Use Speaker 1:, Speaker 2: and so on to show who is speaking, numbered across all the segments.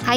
Speaker 1: Hi,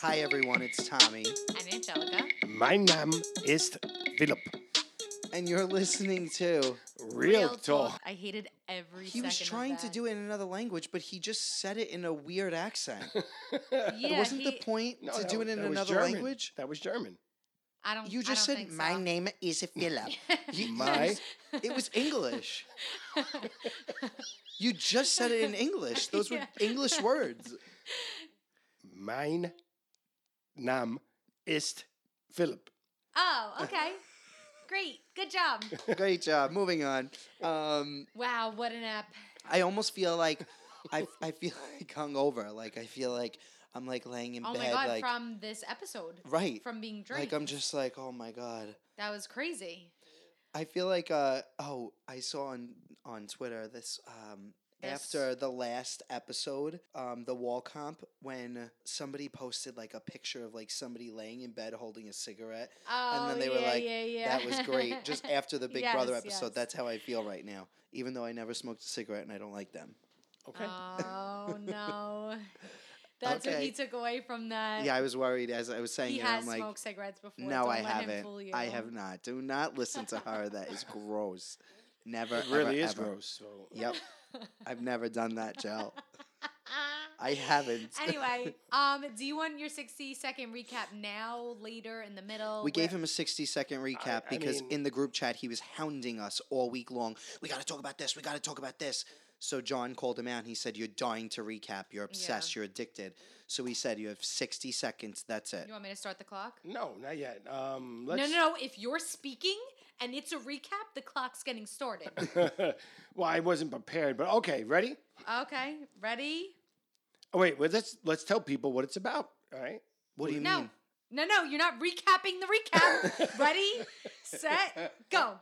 Speaker 2: Hi everyone, it's Tommy,
Speaker 3: I'm Angelica.
Speaker 4: My name is Philip.
Speaker 2: and you're listening to.
Speaker 4: Real, talk.
Speaker 3: I hated every.
Speaker 2: He was trying to do it in another language, but he just said it in a weird accent.
Speaker 3: Yeah,
Speaker 2: Wasn't the
Speaker 3: he-
Speaker 2: point to
Speaker 4: that-
Speaker 2: do it in
Speaker 4: that was
Speaker 2: another
Speaker 4: German.
Speaker 2: language?
Speaker 4: That was German.
Speaker 3: I don't.
Speaker 2: You
Speaker 3: I
Speaker 2: just
Speaker 3: don't
Speaker 2: said
Speaker 3: think
Speaker 2: my
Speaker 3: so.
Speaker 2: name is Philip. You-
Speaker 4: My
Speaker 2: It was English. you just said it in English. Those
Speaker 3: Yeah.
Speaker 2: were English words.
Speaker 4: mein Name ist Philip.
Speaker 3: Oh, okay. Great. Good job.
Speaker 2: Great job. Moving on. Um,
Speaker 3: Wow, what an app.
Speaker 2: I almost feel like I, I feel like hungover. Like I feel like I'm like laying in
Speaker 3: Oh
Speaker 2: bed
Speaker 3: my god,
Speaker 2: like
Speaker 3: from this episode.
Speaker 2: right.
Speaker 3: From being drained.
Speaker 2: like I'm just like oh my god.
Speaker 3: That was crazy.
Speaker 2: I feel like uh oh I saw on on Twitter this um
Speaker 3: This-
Speaker 2: after the last episode um the wall comp when somebody posted like a picture of like somebody laying in bed holding a cigarette
Speaker 3: Oh,
Speaker 2: and then they
Speaker 3: yeah,
Speaker 2: were like
Speaker 3: yeah, yeah.
Speaker 2: that was great just after the Big Brother
Speaker 3: Yes,
Speaker 2: episode
Speaker 3: yes.
Speaker 2: that's how I feel right now even though I never smoked a cigarette and I don't like them
Speaker 4: Okay.
Speaker 3: Oh no. That's what
Speaker 2: Okay.
Speaker 3: he took away from that.
Speaker 2: yeah I was worried as I was saying
Speaker 3: He
Speaker 2: it I'm
Speaker 3: has
Speaker 2: like
Speaker 3: smoked cigarettes before.
Speaker 2: no
Speaker 3: Don't
Speaker 2: I
Speaker 3: let Him
Speaker 2: haven't
Speaker 3: fool you.
Speaker 2: I have not do not listen to her that is gross never
Speaker 4: It really
Speaker 2: ever,
Speaker 4: is
Speaker 2: ever.
Speaker 4: gross. So
Speaker 2: yep I've never done that Jill. I haven't.
Speaker 3: anyway, um, do you want your sixty second recap now, later, in the middle?
Speaker 2: We gave
Speaker 3: Where-
Speaker 2: him a 60 second recap
Speaker 4: I
Speaker 2: because
Speaker 4: mean-
Speaker 2: in the group chat he was hounding us all week long. We got to talk about this. We got to talk about this. So John called him out and he said, You're dying to recap. You're obsessed. You're addicted. So he said, You have 60 seconds. That's it.
Speaker 3: You want me to start the clock?
Speaker 4: no, not yet. Um, let's.
Speaker 3: No, no, no. If you're speaking and it's a recap, the clock's getting started.
Speaker 4: no. well, I wasn't prepared, but okay. Ready?
Speaker 3: okay, ready?
Speaker 4: Oh wait, well, let's let's tell people what it's about. All right.
Speaker 2: What do you
Speaker 3: No.
Speaker 2: mean?
Speaker 3: No, no, you're not recapping the recap. ready, set, go.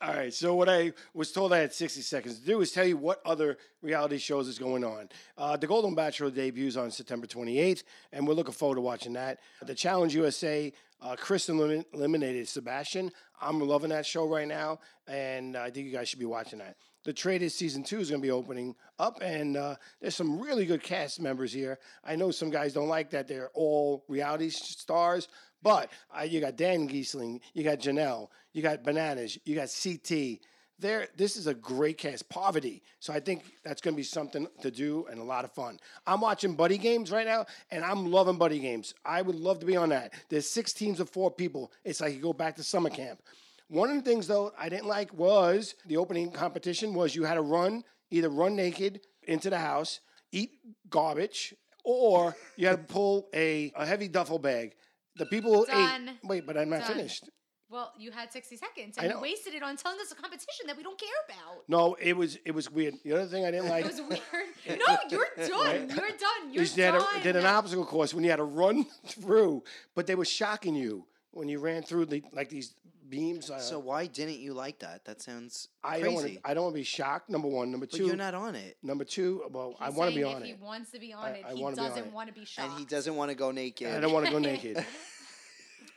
Speaker 4: All right. So what I was told I had 60 seconds to do is tell you what other reality shows is going on. Uh, the Golden Bachelor debuts on September 28th, and we're looking forward to watching that. The Challenge USA, uh, Kristen elim- eliminated Sebastian. I'm loving that show right now, and I think you guys should be watching that. The Traded season two is going to be opening up, and uh, there's some really good cast members here. I know some guys don't like that they're all reality s- stars, but uh, you got Dan Giesling, you got Janelle, you got Bananas, you got CT. There, this is a great cast. Poverty, so I think that's going to be something to do and a lot of fun. I'm watching Buddy Games right now, and I'm loving Buddy Games. I would love to be on that. There's six teams of four people. It's like you go back to summer camp. One of the things though I didn't like was the opening competition was you had to run either run naked into the house, eat garbage, or you had to pull a, a heavy duffel bag. The people who
Speaker 3: Done.
Speaker 4: ate. Wait, but I'm not
Speaker 3: Done.
Speaker 4: finished.
Speaker 3: Well, you had 60 seconds
Speaker 4: I
Speaker 3: and you
Speaker 4: know.
Speaker 3: wasted it on telling us a competition that we don't care about.
Speaker 4: No, it was it was weird. The other thing I didn't like
Speaker 3: It was weird. no, you're done. You're done. You're
Speaker 4: is they had
Speaker 3: done.
Speaker 4: a- did an obstacle course when you had to run through, but they were shocking you when you ran through the like these beams. Uh,
Speaker 2: So why didn't you like that? That sounds
Speaker 4: I don't want
Speaker 2: crazy.
Speaker 4: to I don't want to be shocked. Number one, number
Speaker 2: but
Speaker 4: two,
Speaker 2: you're not on it.
Speaker 4: number two. Well, I
Speaker 3: He's
Speaker 4: want to be
Speaker 3: saying
Speaker 4: on
Speaker 3: if
Speaker 4: it.
Speaker 3: He wants to be on
Speaker 4: I-
Speaker 3: it.
Speaker 4: I
Speaker 3: he
Speaker 4: wanna be on
Speaker 3: doesn't
Speaker 4: it.
Speaker 3: want to be shocked.
Speaker 2: And he doesn't want to go naked.
Speaker 4: I don't want to go naked.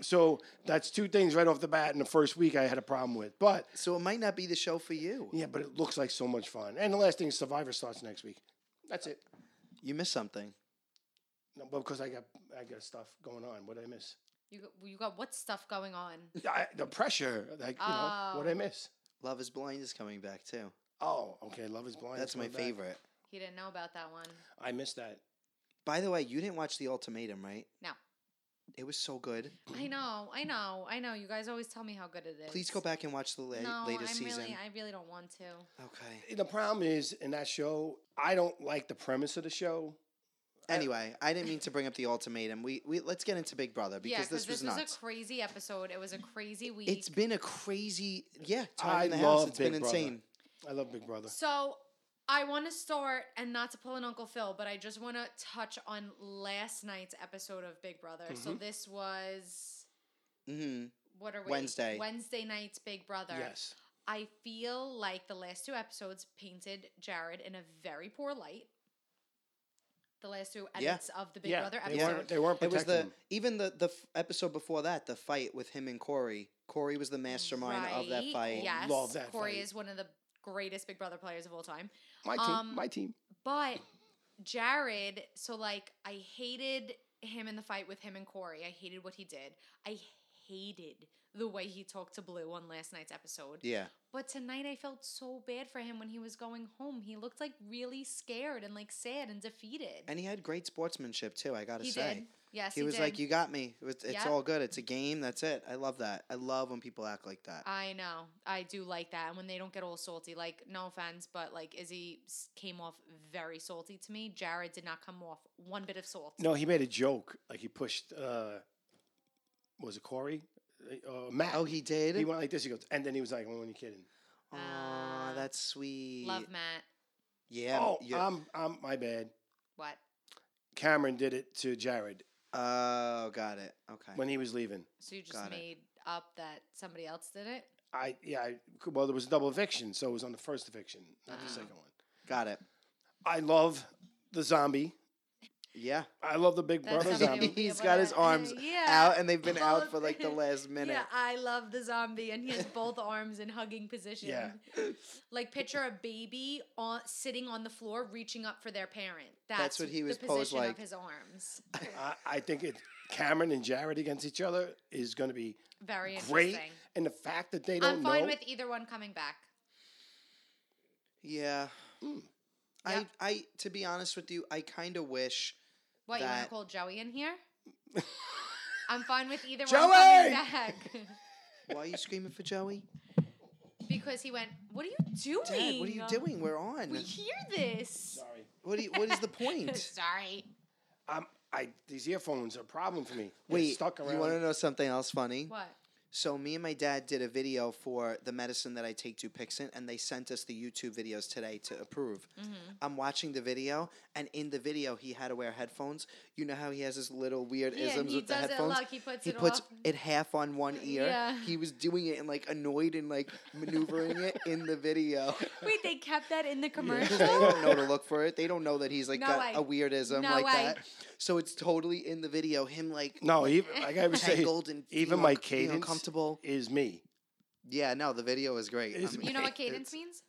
Speaker 4: So that's two things right off the bat in the first week I had a problem with. But
Speaker 2: so it might not be the show for you.
Speaker 4: yeah, but it looks like so much fun. And the last thing is Survivor starts next week. That's it.
Speaker 2: You missed something.
Speaker 4: No, but because I got I got stuff going on. What did I miss?
Speaker 3: You got, you got what stuff going on?
Speaker 4: I, the pressure. Like you know, what did I
Speaker 3: Oh.
Speaker 4: miss?
Speaker 2: Love is Blind is coming back too.
Speaker 4: Oh, okay. Love is blind.
Speaker 2: That's my
Speaker 4: Let's go back.
Speaker 2: favorite.
Speaker 3: He didn't know about that one.
Speaker 4: I missed that.
Speaker 2: By the way, you didn't watch The Ultimatum, right?
Speaker 3: No.
Speaker 2: It was so good.
Speaker 3: I know, I know, I know. You guys always tell me how good it is.
Speaker 2: Please go back and watch the la-
Speaker 3: No,
Speaker 2: latest
Speaker 3: I'm
Speaker 2: season.
Speaker 3: really, I really don't want to.
Speaker 2: okay.
Speaker 4: The problem is in that show, I don't like the premise of the show.
Speaker 2: Anyway, I didn't mean to bring up the ultimatum. We, we let's get into Big Brother because
Speaker 3: yeah,
Speaker 2: this
Speaker 3: was,
Speaker 2: was nuts.
Speaker 3: a crazy episode. It was a crazy week.
Speaker 2: it's been a crazy yeah time
Speaker 4: I
Speaker 2: in the house.
Speaker 4: love
Speaker 2: It's
Speaker 4: Big
Speaker 2: been
Speaker 4: Brother.
Speaker 2: insane.
Speaker 4: I love Big Brother.
Speaker 3: So I want to start, and not to pull an Uncle Phil, but I just want to touch on last night's episode of Big Brother. So
Speaker 2: Mm-hmm.
Speaker 3: this was
Speaker 2: hmm
Speaker 3: what are we
Speaker 2: Wednesday.
Speaker 3: Wednesday night's Big Brother.
Speaker 4: Yes.
Speaker 3: I feel like the last two episodes painted Jared in a very poor light. The last two
Speaker 2: Yeah.
Speaker 3: edits of the Big
Speaker 4: yeah,
Speaker 3: Brother
Speaker 4: they
Speaker 3: episode.
Speaker 4: weren't they weren't
Speaker 2: It was
Speaker 4: protecting
Speaker 2: the
Speaker 4: him.
Speaker 2: even the the f- episode before that, the fight with him and Corey. Corey was the mastermind of that
Speaker 3: Right,
Speaker 2: fight.
Speaker 3: Yes.
Speaker 4: Love that
Speaker 3: Corey
Speaker 4: fight.
Speaker 3: is one of the greatest Big Brother players of all time.
Speaker 4: My team.
Speaker 3: um,
Speaker 4: my team.
Speaker 3: But Jared, so like I hated him in the fight with him and Corey. I hated what he did. I hated the way he talked to Blue on last night's episode.
Speaker 2: Yeah.
Speaker 3: But tonight I felt so bad for him when he was going home. He looked like really scared and like sad and defeated.
Speaker 2: And he had great sportsmanship too, I gotta
Speaker 3: he
Speaker 2: say.
Speaker 3: did. Yes,
Speaker 2: He,
Speaker 3: he,
Speaker 2: was
Speaker 3: did.
Speaker 2: like, You got me. It was, it's
Speaker 3: Yeah.
Speaker 2: all good. It's a game, that's it. I love that. I love when people act like that.
Speaker 3: I know. I do like that. And when they don't get all salty, like, no offense, but like Izzy s- came off very salty to me. Jared did not come off one bit of salt.
Speaker 4: No, he made a joke. Like he pushed uh was it Corey? Uh, Matt.
Speaker 2: oh, he did?
Speaker 4: He went like this. He goes, and then he was like, "When are you kidding?"
Speaker 2: Aw, that's sweet.
Speaker 3: Uh, Love Matt.
Speaker 2: Yeah.
Speaker 4: oh,
Speaker 2: you-
Speaker 4: I'm, I'm, my bad.
Speaker 3: What?
Speaker 4: Cameron did it to Jared
Speaker 2: oh, got it. Okay.
Speaker 4: when he was leaving.
Speaker 3: So you just
Speaker 2: Got it.
Speaker 3: made up that somebody else did it?
Speaker 4: I, yeah, I, well, there was a double eviction, so it was on the first eviction, not
Speaker 2: Ah.
Speaker 4: the second one.
Speaker 2: got it.
Speaker 4: I love the zombie.
Speaker 2: Yeah.
Speaker 4: I love the Big
Speaker 3: That's
Speaker 4: Brother
Speaker 3: something
Speaker 4: zombie.
Speaker 3: we-
Speaker 2: He's
Speaker 3: but,
Speaker 2: got his
Speaker 3: uh,
Speaker 2: arms
Speaker 3: yeah.
Speaker 2: out and they've been out
Speaker 3: Both-
Speaker 2: for like the last minute.
Speaker 3: Yeah, I love the zombie, and he has both arms in hugging position.
Speaker 4: Yeah.
Speaker 3: Like picture a baby on sitting on the floor, reaching up for their parent. That's,
Speaker 2: That's what he was
Speaker 3: the
Speaker 2: posed
Speaker 3: position
Speaker 2: like.
Speaker 3: of his arms.
Speaker 4: I, I think it, Cameron and Jared against each other is going to be
Speaker 3: Very interesting.
Speaker 4: great, and the fact that they don't
Speaker 3: I'm fine
Speaker 4: know.
Speaker 3: with either one coming back.
Speaker 2: Yeah. I
Speaker 4: Mm.
Speaker 3: Yep.
Speaker 2: I to be honest with you, I kinda wish
Speaker 3: What you want to
Speaker 2: That-
Speaker 3: call Joey in here? I'm fine with either one
Speaker 4: Joey!
Speaker 3: coming back
Speaker 2: Why are you screaming for Joey?
Speaker 3: because he went. What are you doing?
Speaker 2: Dad, what are you doing? We're on.
Speaker 3: We hear this.
Speaker 2: What, do you, what is the point?
Speaker 3: Sorry.
Speaker 4: I'm, I these earphones are a problem for me. They're
Speaker 2: Wait,
Speaker 4: stuck around.
Speaker 2: you want to know something else funny?
Speaker 3: What?
Speaker 2: So me and my dad did a video for the medicine that I take to Pixent, and they sent us the YouTube videos today to approve.
Speaker 3: Mm-hmm.
Speaker 2: I'm watching the video, and in the video, he had to wear headphones. You know how he has his little weird
Speaker 3: Yeah,
Speaker 2: isms
Speaker 3: he
Speaker 2: with the
Speaker 3: does it
Speaker 2: headphones.
Speaker 3: like he puts it off.
Speaker 2: half on one ear.
Speaker 3: Yeah.
Speaker 2: He was doing it and like annoyed and like maneuvering it in the video.
Speaker 3: Wait, they kept that in the commercial.
Speaker 2: they don't know to look for it. They don't know that he's like
Speaker 3: No
Speaker 2: got
Speaker 3: way.
Speaker 2: a weirdism
Speaker 3: No
Speaker 2: like
Speaker 3: way.
Speaker 2: that. So it's totally in the video. Him like
Speaker 4: No, even like I was saying,
Speaker 2: Tangled and
Speaker 4: even
Speaker 2: feel
Speaker 4: my
Speaker 2: unc- feel
Speaker 4: cadence
Speaker 2: uncomfortable.
Speaker 4: is me.
Speaker 2: Yeah, no, the video is great.
Speaker 4: It's
Speaker 3: You know what
Speaker 4: Right,
Speaker 3: cadence
Speaker 4: it's-
Speaker 3: means?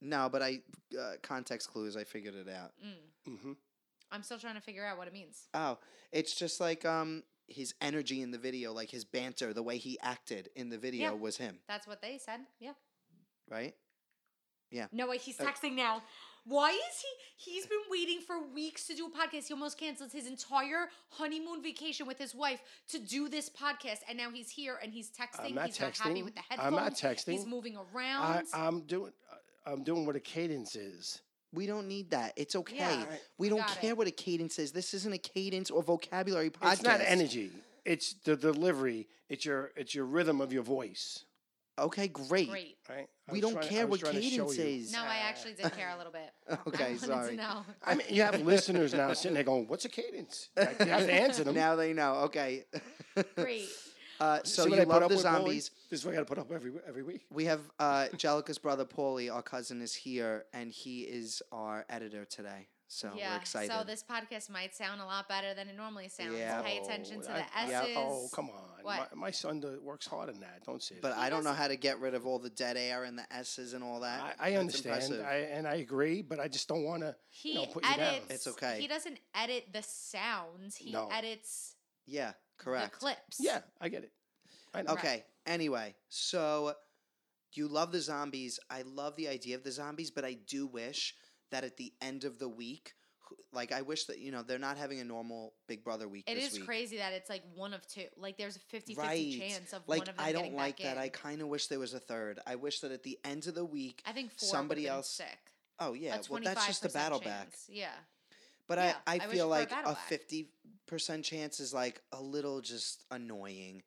Speaker 2: No, but I uh, context clues. I figured it out.
Speaker 4: hmm
Speaker 3: I'm still trying to figure out what it means.
Speaker 2: Oh, it's just like um his energy in the video, like his banter, the way he acted in the
Speaker 3: Yeah.
Speaker 2: video was him,
Speaker 3: That's what they said. Yeah.
Speaker 2: right?
Speaker 3: No way,
Speaker 4: Uh,
Speaker 3: he's texting now. Why is he? He's been waiting for weeks to do a podcast. He almost canceled his entire honeymoon vacation with his wife to do this podcast, and now he's here and he's texting.
Speaker 4: not
Speaker 3: he's not happy
Speaker 4: texting.
Speaker 3: with the headphones.
Speaker 4: I'm not
Speaker 3: He's
Speaker 4: texting.
Speaker 3: moving
Speaker 4: I,
Speaker 3: around.
Speaker 4: I'm doing. I'm doing what a cadence is.
Speaker 2: We don't need that. It's okay.
Speaker 3: Yeah. Right.
Speaker 2: We don't
Speaker 3: Got
Speaker 2: care
Speaker 3: it.
Speaker 2: what a cadence is. This isn't a cadence or vocabulary podcast.
Speaker 4: It's not energy. It's the delivery. It's your. It's your rhythm of your voice.
Speaker 2: Okay, great.
Speaker 3: Great.
Speaker 4: Right. I
Speaker 2: We
Speaker 4: was
Speaker 2: don't
Speaker 4: trying- I
Speaker 2: care
Speaker 4: was
Speaker 2: what
Speaker 4: trying to show
Speaker 2: cadence
Speaker 4: you.
Speaker 2: is.
Speaker 3: No, I actually did care a little bit. I
Speaker 2: Okay,
Speaker 3: wanted
Speaker 2: sorry.
Speaker 3: To know.
Speaker 4: I mean, you have listeners now sitting there going, "What's a cadence?" Like, you have to answer them.
Speaker 2: Now they know. Okay.
Speaker 3: Great.
Speaker 2: Uh, so
Speaker 4: See what I
Speaker 2: you
Speaker 4: put
Speaker 2: love
Speaker 4: up
Speaker 2: the
Speaker 4: with, Paulie?
Speaker 2: zombies.
Speaker 4: This is what I got to put up every every week.
Speaker 2: We have uh, Jellica's brother Paulie, our cousin, is here, and he is our editor today. So
Speaker 3: yeah.
Speaker 2: we're excited.
Speaker 3: So this podcast might sound a lot better than it normally sounds.
Speaker 2: Yeah.
Speaker 3: Pay attention to
Speaker 4: I-
Speaker 3: the
Speaker 4: yeah,
Speaker 3: S's.
Speaker 4: oh, come on. My,
Speaker 3: What?
Speaker 4: my son do- works hard on that. Don't say
Speaker 2: but
Speaker 4: that.
Speaker 2: I don't know how to get rid of all the dead air and the S's and all that.
Speaker 4: I, I
Speaker 2: That's
Speaker 4: understand.
Speaker 2: impressive.
Speaker 4: I, and I agree, but I just don't want to
Speaker 3: He
Speaker 4: you know, put you down.
Speaker 3: edits.
Speaker 2: It's okay.
Speaker 3: He doesn't edit the sounds. He
Speaker 4: No.
Speaker 3: edits
Speaker 2: yeah, correct.
Speaker 3: the clips.
Speaker 4: Yeah, I get it. I know.
Speaker 2: Okay. Anyway, so you love the zombies. I love the idea of the zombies, but I do wish that at the end of the week, who- like I wish that you know they're not having a normal Big Brother week.
Speaker 3: It
Speaker 2: this
Speaker 3: is
Speaker 2: week.
Speaker 3: crazy that it's like one of two. Like there's a 50-50 chance of
Speaker 2: like
Speaker 3: one of them
Speaker 2: I
Speaker 3: getting
Speaker 2: don't like
Speaker 3: back
Speaker 2: that. I
Speaker 3: in.
Speaker 2: kind of wish there was a third. I wish that at the end of the week,
Speaker 3: I think four
Speaker 2: somebody
Speaker 3: somebody
Speaker 2: else-
Speaker 3: else sick.
Speaker 2: oh
Speaker 3: A
Speaker 2: yeah, well that's just a
Speaker 3: 25%
Speaker 2: battle back.
Speaker 3: chance. Yeah.
Speaker 2: But
Speaker 3: Yeah,
Speaker 2: I, I,
Speaker 3: I wish
Speaker 2: feel
Speaker 3: for a
Speaker 2: like
Speaker 3: battle
Speaker 2: a
Speaker 3: back.
Speaker 2: fifty percent chance is like a little just annoying,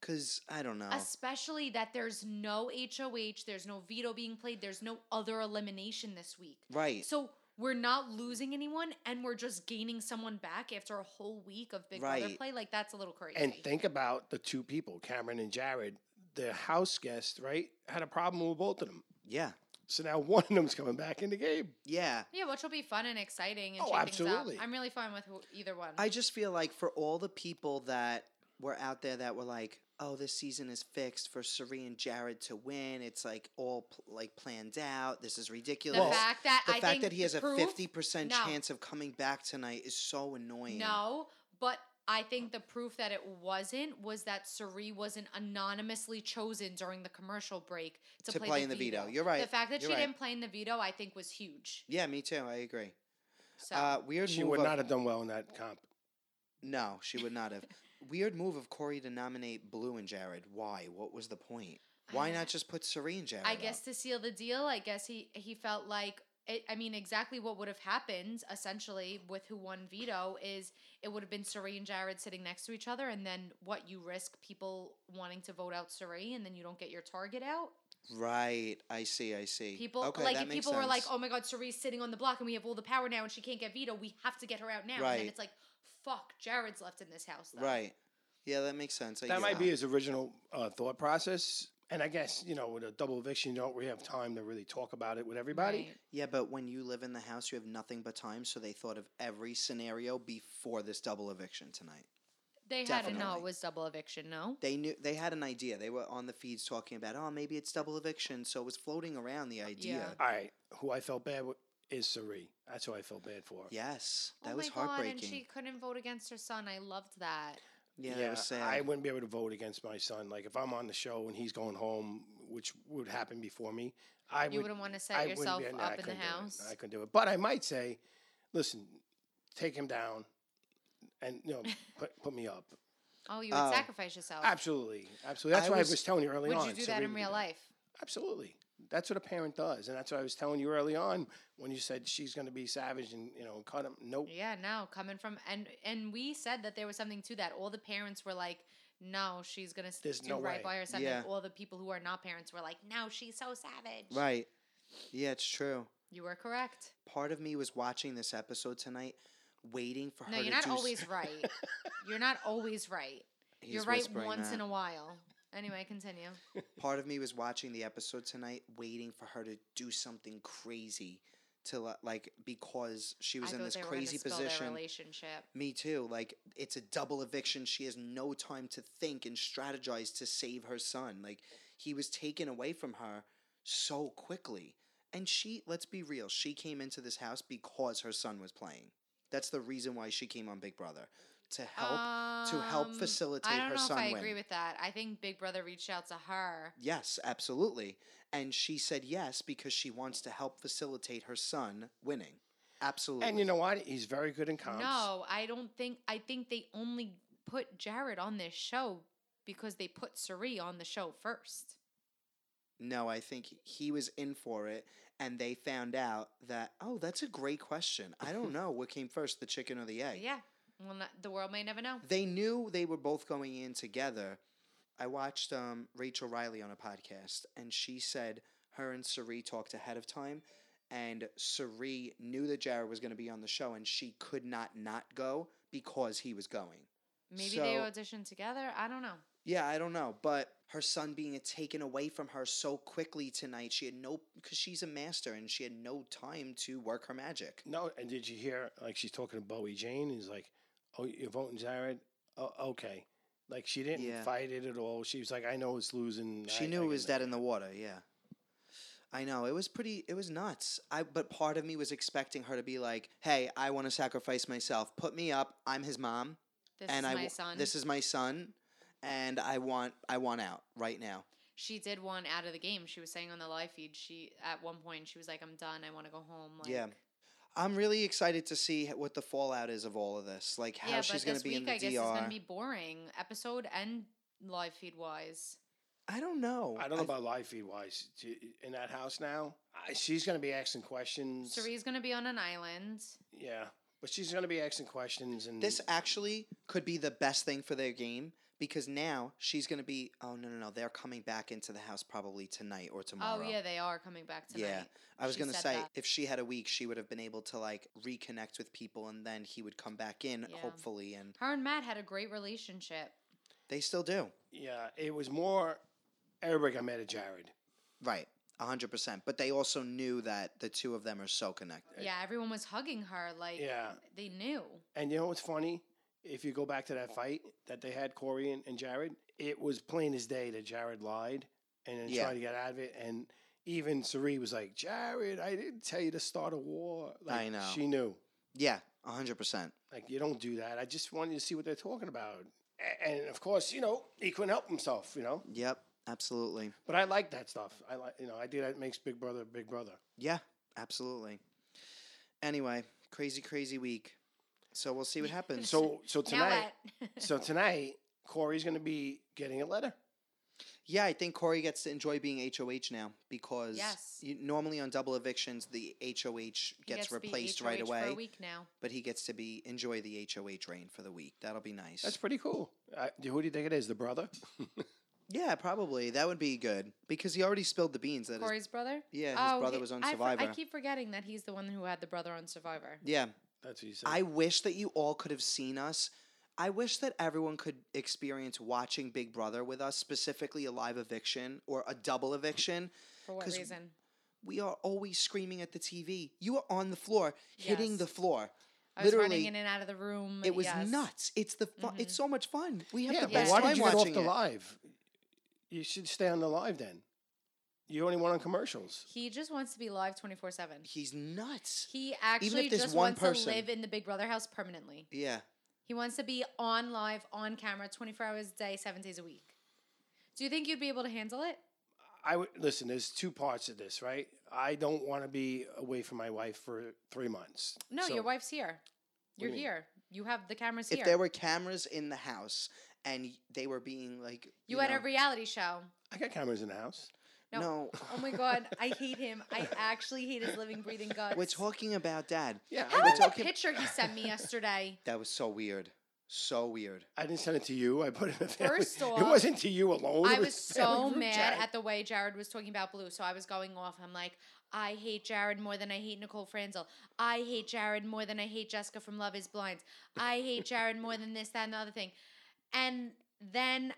Speaker 2: because I don't know.
Speaker 3: Especially that there's no HOH, there's no veto being played, there's no other elimination this week.
Speaker 2: right.
Speaker 3: So we're not losing anyone and we're just gaining someone back after a whole week of Big Brother
Speaker 2: Right.
Speaker 3: play. Like that's a little crazy.
Speaker 4: And think about the two people, Cameron and Jared. The house guest, right, had a problem with both of them.
Speaker 2: yeah.
Speaker 4: So now one of them's coming back in the game.
Speaker 2: Yeah.
Speaker 3: yeah, which will be fun and exciting and
Speaker 4: Oh,
Speaker 3: shake
Speaker 4: absolutely.
Speaker 3: things up. I'm really fine with who, either one.
Speaker 2: I just feel like for all the people that were out there that were like, "Oh, this season is fixed for Sari and Jared to win. It's like all pl- like planned out. This is
Speaker 3: the
Speaker 2: ridiculous."
Speaker 3: fact that
Speaker 2: The
Speaker 3: I
Speaker 2: fact
Speaker 3: think
Speaker 2: that he has a
Speaker 3: proof-
Speaker 2: fifty percent
Speaker 3: No.
Speaker 2: chance of coming back tonight is so annoying.
Speaker 3: No, but I think the proof that it wasn't was that Suri wasn't anonymously chosen during the commercial break to,
Speaker 2: To play in the veto. You're right.
Speaker 3: The fact that
Speaker 2: You're
Speaker 3: she
Speaker 2: right.
Speaker 3: didn't play in the veto, I think, was huge.
Speaker 2: Yeah, me too. I agree.
Speaker 3: So
Speaker 2: uh, weird.
Speaker 4: She
Speaker 2: move
Speaker 4: would
Speaker 2: of-
Speaker 4: not have done well in that comp.
Speaker 2: No, she would not have. Weird move of Corey to nominate Blue and Jared. Why? What was the point? Why not just put Serene and Jared?
Speaker 3: I
Speaker 2: up?
Speaker 3: guess to seal the deal, I guess he he felt like it, I mean exactly what would have happened essentially with who won veto is it would have been Suri and Jared sitting next to each other, and then what you risk people wanting to vote out Suri, and then you don't get your target out.
Speaker 2: Right. I see. I see.
Speaker 3: People
Speaker 2: Okay,
Speaker 3: like
Speaker 2: that
Speaker 3: if
Speaker 2: makes
Speaker 3: people were like,
Speaker 2: sense.
Speaker 3: "Oh my God, Cerise sitting on the block, and we have all the power now, and she can't get veto. We have to get her out now." And
Speaker 2: Right.
Speaker 3: then it's like, "Fuck, Jared's left in this house." Though.
Speaker 2: right." Yeah, that makes sense. I
Speaker 4: That
Speaker 2: get
Speaker 4: might be his original uh, thought process. And I guess, you know, with a double eviction, you don't really have time to really talk about it with everybody.
Speaker 3: Right.
Speaker 2: Yeah, but when you live in the house, you have nothing but time. So they thought of every scenario before this double eviction tonight.
Speaker 3: They had to know
Speaker 2: Definitely.
Speaker 3: it was double eviction. No.
Speaker 2: They knew they had an idea. They were on the feeds talking about, oh, maybe it's double eviction. So it was floating around the idea.
Speaker 4: All right. Who I felt bad with is Sari. That's who I felt bad for.
Speaker 2: Yes, that
Speaker 3: oh
Speaker 2: was
Speaker 3: my God,
Speaker 2: heartbreaking.
Speaker 3: and she couldn't vote against her son. I loved that.
Speaker 2: yeah, that was sad.
Speaker 4: I wouldn't be able to vote against my son. Like if I'm on the show and he's going home, which would happen before me, I
Speaker 3: You
Speaker 4: would,
Speaker 3: wouldn't wanna set
Speaker 4: I wouldn't be-
Speaker 3: yourself
Speaker 4: no, I
Speaker 3: up in the
Speaker 4: couldn't do it.
Speaker 3: house?
Speaker 4: I couldn't do it. But I might say, listen, take him down, and you know, put, put me up.
Speaker 3: Oh, you would
Speaker 2: Oh.
Speaker 3: sacrifice yourself.
Speaker 4: Absolutely, absolutely. That's
Speaker 2: I
Speaker 4: why
Speaker 2: was-
Speaker 4: I was telling you early
Speaker 3: Would
Speaker 4: on.
Speaker 3: you do
Speaker 4: so
Speaker 3: that
Speaker 4: we
Speaker 3: in
Speaker 4: would
Speaker 3: real
Speaker 4: that.
Speaker 3: life?
Speaker 4: Absolutely. That's what a parent does, and that's what I was telling you early on when you said she's going to be savage and you know cut him. Nope.
Speaker 3: Yeah, no, coming from and and we said that there was something to that. All the parents were like, "No, she's gonna s-
Speaker 4: There's
Speaker 3: do
Speaker 4: no
Speaker 3: right
Speaker 4: way."
Speaker 3: by her son."
Speaker 2: Yeah.
Speaker 3: And all the people who are not parents were like, "No, she's so savage."
Speaker 2: right. Yeah, it's true.
Speaker 3: You were correct.
Speaker 2: Part of me was watching this episode tonight, waiting for
Speaker 3: No,
Speaker 2: her
Speaker 3: you're not
Speaker 2: to do s-
Speaker 3: always right. You're not always right.
Speaker 2: He's
Speaker 3: you're right
Speaker 2: whispering
Speaker 3: once in
Speaker 2: that.
Speaker 3: a while. Anyway, continue.
Speaker 2: Part of me was watching the episode tonight, waiting for her to do something crazy, to li- like because she was
Speaker 3: I
Speaker 2: in
Speaker 3: thought
Speaker 2: this
Speaker 3: they were gonna
Speaker 2: crazy
Speaker 3: spill Their
Speaker 2: position.
Speaker 3: relationship.
Speaker 2: Me too. Like it's a double eviction. She has no time to think and strategize to save her son. Like he was taken away from her so quickly. And she, let's be real, she came into this house because her son was playing. That's the reason why she came on Big Brother to help to help
Speaker 3: Um,
Speaker 2: facilitate
Speaker 3: I don't
Speaker 2: her
Speaker 3: know
Speaker 2: son
Speaker 3: if I
Speaker 2: win.
Speaker 3: agree with that. I think Big Brother reached out to her.
Speaker 2: yes, absolutely. And she said yes because she wants to help facilitate her son winning. Absolutely.
Speaker 4: And you know what? He's very good in comps.
Speaker 3: No, I don't think. I think they only put Jared on this show because they put Suri on the show first.
Speaker 2: No, I think he was in for it, and they found out that oh, that's a great question. I don't know what came first, the chicken or the egg.
Speaker 3: Yeah. Well, not, the world may never know.
Speaker 2: They knew they were both going in together. I watched um, Rachel Riley on a podcast, and she said her and Sari talked ahead of time, and Sari knew that Jared was going to be on the show, and she could not not go because he was going.
Speaker 3: Maybe they
Speaker 2: So-
Speaker 3: auditioned together. I don't know.
Speaker 2: Yeah, I don't know, but her son being taken away from her so quickly tonight, she had no because she's a master and she had no time to work her magic.
Speaker 4: No, and did you hear like she's talking to Bowie Jane? He's like, "Oh, you're voting Jared? Oh, okay." Like she didn't
Speaker 2: Yeah.
Speaker 4: fight it at all. She was like, "I know it's losing."
Speaker 2: She
Speaker 4: I-
Speaker 2: knew
Speaker 4: I
Speaker 2: it
Speaker 4: can-
Speaker 2: was dead in the water. Yeah, I know. It was pretty. It was nuts. I but part of me was expecting her to be like, "Hey, I want to sacrifice myself. Put me up. I'm his mom,
Speaker 3: This
Speaker 2: and
Speaker 3: is
Speaker 2: I
Speaker 3: my
Speaker 2: wa-
Speaker 3: son.
Speaker 2: this is my son, and I want I want out right now."
Speaker 3: she did one out of the game. She was saying on the live feed. She at one point she was like, "I'm done. I want to go home." Like,
Speaker 2: Yeah. I'm really excited to see h- what the fallout is of all of this. Like how
Speaker 3: yeah,
Speaker 2: she's
Speaker 3: but
Speaker 2: going
Speaker 3: this
Speaker 2: to be
Speaker 3: week
Speaker 2: in the
Speaker 3: I guess is
Speaker 2: DR.
Speaker 3: gonna be boring, episode and live feed wise.
Speaker 2: I don't know.
Speaker 4: I don't know about live feed wise. She- In that house now, I, she's going to be asking questions.
Speaker 3: Cerie's gonna be on an island.
Speaker 4: Yeah, but she's going to be asking questions, and
Speaker 2: This actually could be the best thing for their game because now she's going to be. Oh no no no! They're coming back into the house probably tonight or tomorrow.
Speaker 3: Oh yeah, they are coming back tonight.
Speaker 2: Yeah, I was
Speaker 3: She
Speaker 2: gonna
Speaker 3: said
Speaker 2: say
Speaker 3: that.
Speaker 2: if she had a week, she would have been able to like reconnect with people, and then he would come back in,
Speaker 3: Yeah.
Speaker 2: hopefully, and
Speaker 3: Her and Matt had a great relationship.
Speaker 2: they still do.
Speaker 4: yeah, it was more. Everybody got mad at Jared.
Speaker 2: Right, hundred percent. But they also knew that the two of them are so connected.
Speaker 3: Yeah, everyone was hugging her like
Speaker 4: Yeah.
Speaker 3: they knew.
Speaker 4: And you know what's funny? If you go back to that fight that they had, Corey and, and Jared, it was plain as day that Jared lied and then
Speaker 2: Yeah.
Speaker 4: tried to get out of it. And even Sari was like, Jared, I didn't tell you to start a war. Like,
Speaker 2: I know.
Speaker 4: She knew.
Speaker 2: Yeah, hundred percent.
Speaker 4: Like, you don't do that. I just wanted to see what they're talking about. A- And of course, you know, he couldn't help himself, you know?
Speaker 2: Yep, absolutely.
Speaker 4: But I like that stuff. I like, you know, I think that makes Big Brother Big Brother.
Speaker 2: Yeah, absolutely. Anyway, crazy, crazy week. So we'll see what happens.
Speaker 4: So, so tonight,
Speaker 3: now at
Speaker 4: so tonight, Corey's going to be getting a letter.
Speaker 2: yeah, I think Corey gets to enjoy being HOH now because
Speaker 3: Yes.
Speaker 2: you, normally on double evictions the HOH gets, replaced right
Speaker 3: For a
Speaker 2: away,
Speaker 3: week now.
Speaker 2: but he gets to be enjoy the HOH reign for the week. That'll be nice.
Speaker 4: That's pretty cool. I, who do you think it is? The brother?
Speaker 2: yeah, probably that would be good because he already spilled the beans. That his-
Speaker 3: Corey's brother.
Speaker 2: yeah, his brother
Speaker 3: he-
Speaker 2: was on
Speaker 3: I for- I
Speaker 2: Survivor.
Speaker 3: keep forgetting that he's the one who had the brother on Survivor.
Speaker 2: yeah,
Speaker 4: That's what you said.
Speaker 2: I wish that you all could have seen us. I wish that everyone could experience watching Big Brother with us, specifically a live eviction or a double eviction.
Speaker 3: For what
Speaker 2: 'Cause
Speaker 3: reason?
Speaker 2: We are always screaming at the TV. You are on the floor, hitting
Speaker 3: Yes.
Speaker 2: the floor.
Speaker 3: I was running
Speaker 2: Literally,
Speaker 3: in and out of the room.
Speaker 2: it was
Speaker 3: yes. Mm-hmm.
Speaker 2: nuts. It's the fun. It's so much fun. We have
Speaker 4: yeah,
Speaker 2: the
Speaker 4: but
Speaker 2: best
Speaker 4: why
Speaker 2: time
Speaker 4: did you get off
Speaker 2: watching
Speaker 4: the
Speaker 2: it.
Speaker 4: live? You should stay on the live then. You only went on commercials.
Speaker 3: He just wants to be live twenty four seven.
Speaker 2: He's nuts.
Speaker 3: He actually
Speaker 2: there's
Speaker 3: just
Speaker 2: one
Speaker 3: wants to
Speaker 2: person-
Speaker 3: live in the Big Brother house permanently.
Speaker 2: yeah,
Speaker 3: He wants to be on live, on camera, twenty four hours a day, seven days a week. Do you think you'd be able to handle it?
Speaker 4: I would listen. There's two parts of this, right? I don't want to be away from my wife for three months.
Speaker 3: No,
Speaker 4: So-
Speaker 3: your wife's here. You're
Speaker 4: do you mean?
Speaker 3: here. You have the cameras here.
Speaker 2: if there were cameras in the house and y- they were being like,
Speaker 3: you had
Speaker 2: know,
Speaker 3: a reality show.
Speaker 4: I got cameras in the house.
Speaker 3: No.
Speaker 2: no.
Speaker 3: Oh my god, I hate him. I actually hate his living, breathing guts.
Speaker 2: We're talking about dad.
Speaker 4: Yeah,
Speaker 3: How
Speaker 4: I,
Speaker 3: about
Speaker 4: didn't-
Speaker 3: the picture he sent me yesterday?
Speaker 2: That was so weird. So weird.
Speaker 4: I didn't send it to you. I put it in the family.
Speaker 3: First
Speaker 4: it
Speaker 3: off,
Speaker 4: wasn't to you alone.
Speaker 3: I
Speaker 4: it
Speaker 3: was
Speaker 4: the family
Speaker 3: so
Speaker 4: group
Speaker 3: mad
Speaker 4: chat.
Speaker 3: at the way Jared was talking about Blue, so I was going off. I'm like, I hate Jared more than I hate Nicole Franzel. I hate Jared more than I hate Jessica from Love Is Blind. I hate Jared more than this, that, and the other thing. And then,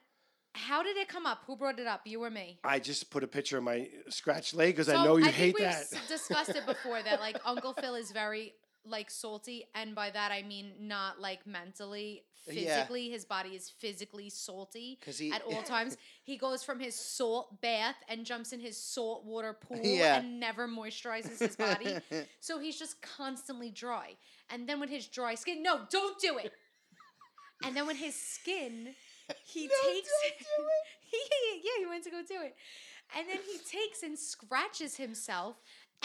Speaker 3: how did it come up? Who brought it up? You or me?
Speaker 4: I just put a picture of my scratched leg because
Speaker 3: So,
Speaker 4: I know you
Speaker 3: think
Speaker 4: hate
Speaker 3: we've
Speaker 4: that.
Speaker 3: s- discussed it before that like Uncle Phil is very like salty, and by that I mean not like mentally,
Speaker 2: Yeah.
Speaker 3: physically. His body is physically salty
Speaker 2: 'Cause he-
Speaker 3: at all times. He goes from his salt bath and jumps in his salt water pool
Speaker 2: Yeah.
Speaker 3: and never moisturizes his body. so he's just constantly dry. And then with his dry skin, no, don't do it. And then when his skin, he takes he, yeah, he went to go do it. And then he takes and scratches himself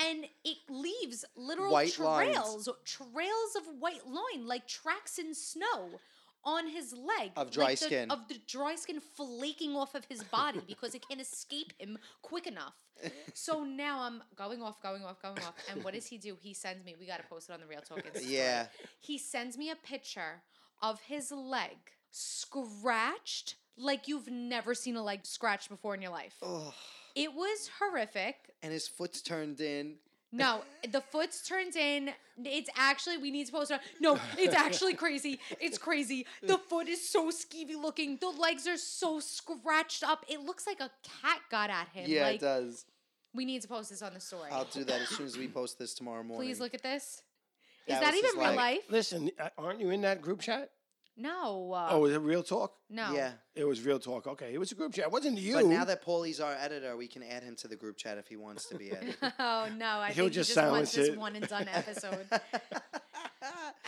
Speaker 3: and it leaves literal
Speaker 2: White lines.
Speaker 3: trails, trails of white line like tracks in snow on his leg
Speaker 2: Of dry
Speaker 3: like the-
Speaker 2: skin.
Speaker 3: of the dry skin flaking off of his body because it can't escape him quick enough. So now I'm going off, going off, going off. And what does he do? He sends me. We got to post it on the Real Talk. Insta story.
Speaker 2: Yeah.
Speaker 3: He sends me a picture of his leg scratched like you've never seen a leg scratched before in your life.
Speaker 2: Ugh.
Speaker 3: It was horrific.
Speaker 2: And his foot's turned in.
Speaker 3: No, the foots turns in. It's actually we need to post it. No, it's actually crazy. It's crazy. The foot is so skeevy looking. The legs are so scratched up. It looks like a cat got at him.
Speaker 2: Yeah,
Speaker 3: like,
Speaker 2: it does.
Speaker 3: We need to post this on the story.
Speaker 2: I'll do that as soon as we post this tomorrow morning.
Speaker 3: Please look at this. Is
Speaker 2: That
Speaker 3: that
Speaker 2: was his
Speaker 3: even real
Speaker 2: leg.
Speaker 3: life?
Speaker 4: Listen, uh, aren't you in that group chat?
Speaker 3: No. Uh,
Speaker 4: Oh, is it real talk?
Speaker 3: no.
Speaker 2: Yeah.
Speaker 4: It was real talk. Okay, it was a group chat. It wasn't you.
Speaker 2: But now that Paulie's our editor, we can add him to the group chat if he wants to be added.
Speaker 3: Oh no, I
Speaker 4: He'll
Speaker 3: think
Speaker 4: just
Speaker 3: he just wants
Speaker 4: silence
Speaker 3: this
Speaker 4: it.
Speaker 3: one and done episode.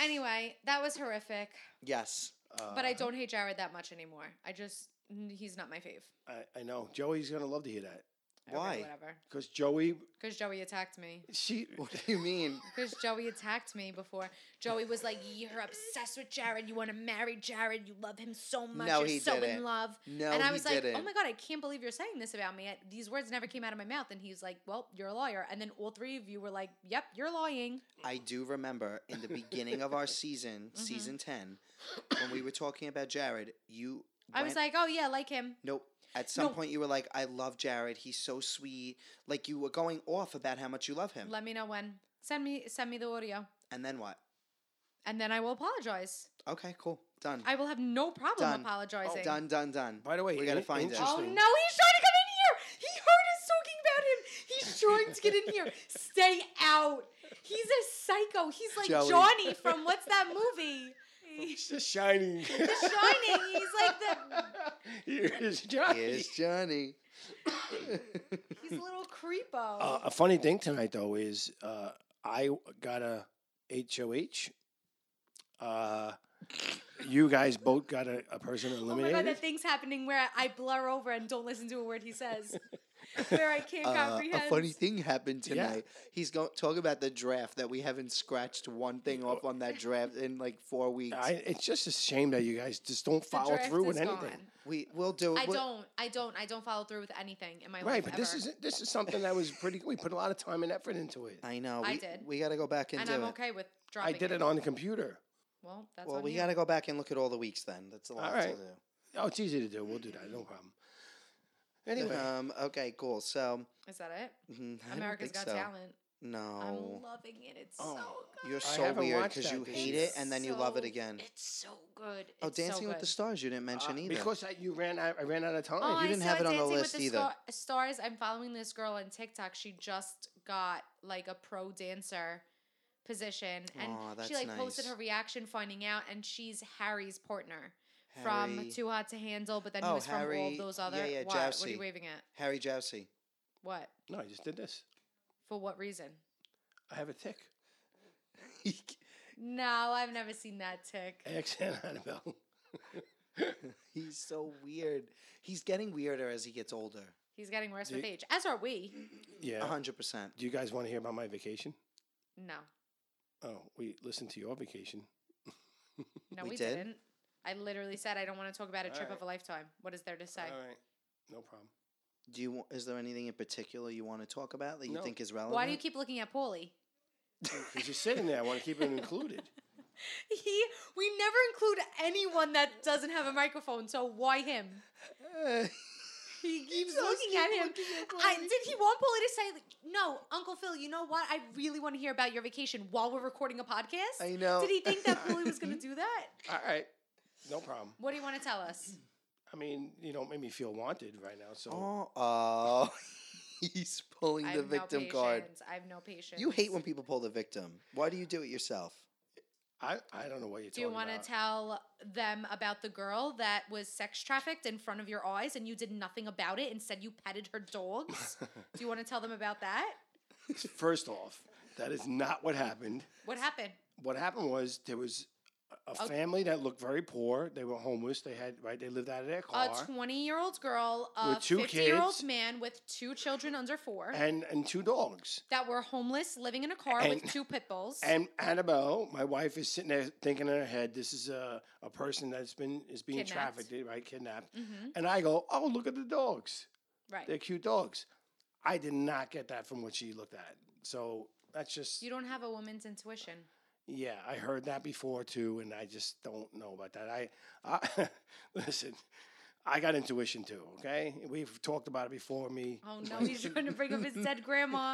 Speaker 3: anyway, that was horrific.
Speaker 2: yes. Uh,
Speaker 3: But
Speaker 4: Uh-huh.
Speaker 3: I don't hate Jared that much anymore. I just n- he's not my fave.
Speaker 4: I, I know Joey's gonna love to hear that
Speaker 3: Okay,
Speaker 2: Why?
Speaker 3: whatever.
Speaker 4: because Joey,
Speaker 3: Because Joey attacked me.
Speaker 4: she,
Speaker 2: What do you mean?
Speaker 3: Because Joey attacked me before. Joey was like, "You're obsessed with Jared. You want to marry Jared. You love him so much.
Speaker 2: No,
Speaker 3: you're
Speaker 2: he
Speaker 3: so
Speaker 2: didn't.
Speaker 3: in love."
Speaker 2: No,
Speaker 3: and I
Speaker 2: he
Speaker 3: was like, "Oh
Speaker 2: didn't.
Speaker 3: my god, I can't believe you're saying this about me." I- These words never came out of my mouth. And he was like, "Well, you're a liar." And then all three of you were like, "Yep, you're lying."
Speaker 2: I do remember in the beginning of our season,
Speaker 3: Mm-hmm.
Speaker 2: season 10, when we were talking about Jared, you.
Speaker 3: I was
Speaker 2: went-
Speaker 3: like, "Oh yeah, like him."
Speaker 2: Nope. At some
Speaker 3: No.
Speaker 2: point, you were like, I love Jared. He's so sweet. Like, you were going off about how much you love him.
Speaker 3: Let me know when. Send me send me the audio,
Speaker 2: and then what?
Speaker 3: and then I will apologize.
Speaker 2: Okay, cool. Done.
Speaker 3: I will have no problem
Speaker 2: Done.
Speaker 3: apologizing.
Speaker 2: Done, done, done.
Speaker 4: By the way,
Speaker 2: we got to
Speaker 4: in-
Speaker 2: find it.
Speaker 3: Oh no,
Speaker 4: Interesting.
Speaker 3: he's trying to come in here. He heard us talking about him. He's trying to get in here. Stay out. He's a psycho. He's like
Speaker 2: Joey.
Speaker 3: Johnny from what's that movie?
Speaker 4: she's just shining.
Speaker 3: The Shining. He's like the
Speaker 4: Here is Johnny.
Speaker 2: Here's Johnny.
Speaker 3: he's a little creepo.
Speaker 4: Uh, a funny thing tonight though is uh, I got a HOH. Uh, you guys both got a, a person
Speaker 3: oh my god,
Speaker 4: eliminated.
Speaker 3: that thing's happening where I blur over and don't listen to a word he says. Where I can't
Speaker 2: Uh, a
Speaker 3: comprehend.
Speaker 2: funny thing happened
Speaker 4: Yeah.
Speaker 2: tonight. He's going talk about the draft that we haven't scratched one thing off on that draft in like four weeks.
Speaker 4: I, it's just a shame that you guys just don't
Speaker 3: The
Speaker 4: follow
Speaker 3: draft
Speaker 4: through
Speaker 3: is
Speaker 4: with anything.
Speaker 3: gone.
Speaker 2: we will do.
Speaker 3: I
Speaker 2: we'll-
Speaker 3: don't. I don't. I don't follow through with anything in my life.
Speaker 4: Right, but this
Speaker 3: ever.
Speaker 4: is this is something that was pretty. We put a lot of time and effort into it.
Speaker 2: I know. We,
Speaker 3: I did.
Speaker 2: We got to go back and,
Speaker 3: and
Speaker 2: do
Speaker 3: I'm
Speaker 2: it.
Speaker 3: okay with
Speaker 4: I
Speaker 3: dropping.
Speaker 4: did it on the computer.
Speaker 3: Well, that's
Speaker 2: Well,
Speaker 3: on
Speaker 2: we
Speaker 3: you.
Speaker 2: got to go back and look at all the weeks then. That's a lot
Speaker 4: All
Speaker 2: to
Speaker 4: right.
Speaker 2: do.
Speaker 4: Oh, it's easy to do. We'll do that. No problem. Anyway, uh,
Speaker 2: Um, okay, cool. So,
Speaker 3: Is that it?
Speaker 2: mm, I don't
Speaker 3: America's
Speaker 2: think
Speaker 3: Got
Speaker 2: so.
Speaker 3: Talent.
Speaker 2: No.
Speaker 3: I'm loving it. It's
Speaker 4: Oh,
Speaker 3: so good.
Speaker 2: You're so
Speaker 4: haven't
Speaker 2: weird
Speaker 4: watched
Speaker 2: because
Speaker 4: that
Speaker 2: you
Speaker 4: this
Speaker 2: hate
Speaker 4: year.
Speaker 2: it and then you love it
Speaker 3: So-
Speaker 2: again.
Speaker 3: It's so good.
Speaker 2: Oh,
Speaker 3: It's so
Speaker 2: Dancing with the
Speaker 3: good.
Speaker 2: Stars, you didn't mention either.
Speaker 4: because I, you ran, I, I ran out of time.
Speaker 3: Oh,
Speaker 2: you
Speaker 3: I
Speaker 2: didn't
Speaker 3: saw
Speaker 2: have it on the
Speaker 3: Dancing with
Speaker 2: list either.
Speaker 3: Star- Stars. I'm following this girl on TikTok. She just got like a pro dancer position, and
Speaker 2: Aw, that's
Speaker 3: she like posted
Speaker 2: nice.
Speaker 3: her reaction finding out, and she's Harry's partner from
Speaker 2: Harry-
Speaker 3: Too Hot to Handle, but then he
Speaker 2: Oh,
Speaker 3: was from all
Speaker 2: Harry-
Speaker 3: of those other.
Speaker 2: yeah, yeah,
Speaker 3: what? what are
Speaker 2: Jowsey.
Speaker 3: you waving at?
Speaker 2: Harry Jowsey.
Speaker 3: What?
Speaker 4: no, I just did this.
Speaker 3: For what reason?
Speaker 4: I have a tick.
Speaker 3: No, I've never seen that tick.
Speaker 4: X and Annabelle.
Speaker 2: He's so weird. He's getting weirder as he gets older.
Speaker 3: He's getting worse with age, as are we.
Speaker 4: Yeah.
Speaker 2: A hundred percent.
Speaker 4: Uh-huh. Do you guys want to hear about my vacation?
Speaker 3: No,
Speaker 4: Oh, we listened to your vacation.
Speaker 3: no,
Speaker 2: We
Speaker 3: we,
Speaker 2: did?
Speaker 3: didn't. I literally said I don't want to talk about a trip
Speaker 4: Alright.
Speaker 3: of a lifetime. What is there to say?
Speaker 4: All right. No problem.
Speaker 2: Do you? wa- Is there anything in particular you want to talk about that you
Speaker 4: No.
Speaker 2: think is relevant?
Speaker 3: Why do you keep looking at Paulie?
Speaker 4: Because you're sitting there. I want to keep it included.
Speaker 3: He, we never include anyone that doesn't have a microphone. So why him? He keeps looking at him. I, did he want Paulie to say, like, "No, Uncle Phil, you know what? I really want to hear about your vacation while we're recording a podcast."
Speaker 2: I know.
Speaker 3: Did he think that Paulie was going to do that?
Speaker 4: All right. No problem.
Speaker 3: What do you want to tell us?
Speaker 4: I mean, you don't make me feel wanted right now. So
Speaker 2: Oh, oh. he's pulling
Speaker 3: I
Speaker 2: the
Speaker 3: have no
Speaker 2: victim card.
Speaker 3: patience. I have no patience.
Speaker 2: You hate when people pull the victim. Why do you do it yourself?
Speaker 4: I, I don't know what you're
Speaker 3: Do
Speaker 4: talking
Speaker 3: you
Speaker 4: about.
Speaker 3: want to tell them about the girl that was sex trafficked in front of your eyes and you did nothing about it? Instead, you petted her dogs. Do you want to tell them about that?
Speaker 4: First off, that is not what happened.
Speaker 3: What happened?
Speaker 4: What happened was there was a-
Speaker 3: Oh.
Speaker 4: a family that looked very poor. They were homeless. They had right. They lived out of their car.
Speaker 3: A 20 year old girl, a
Speaker 4: With two
Speaker 3: 50 year
Speaker 4: kids.
Speaker 3: old man with two children under four
Speaker 4: and and two dogs.
Speaker 3: that were homeless, living in a car with
Speaker 4: and-
Speaker 3: two pit bulls.
Speaker 4: And Annabelle, my wife, is sitting there thinking in her head, "This is a, a person that's been is being
Speaker 3: Kidnapped.
Speaker 4: trafficked, right? Kidnapped."
Speaker 3: Mhm.
Speaker 4: And I go, "Oh, look at the dogs.
Speaker 3: right.
Speaker 4: They're cute dogs." I did not get that from what she looked at. So that's just
Speaker 3: You don't have a woman's intuition.
Speaker 4: yeah. I heard that before too, and I just don't know about that. I, I listen. I got intuition too. Okay, we've talked about it before. Me,
Speaker 3: Oh no, he's trying to bring up his dead grandma.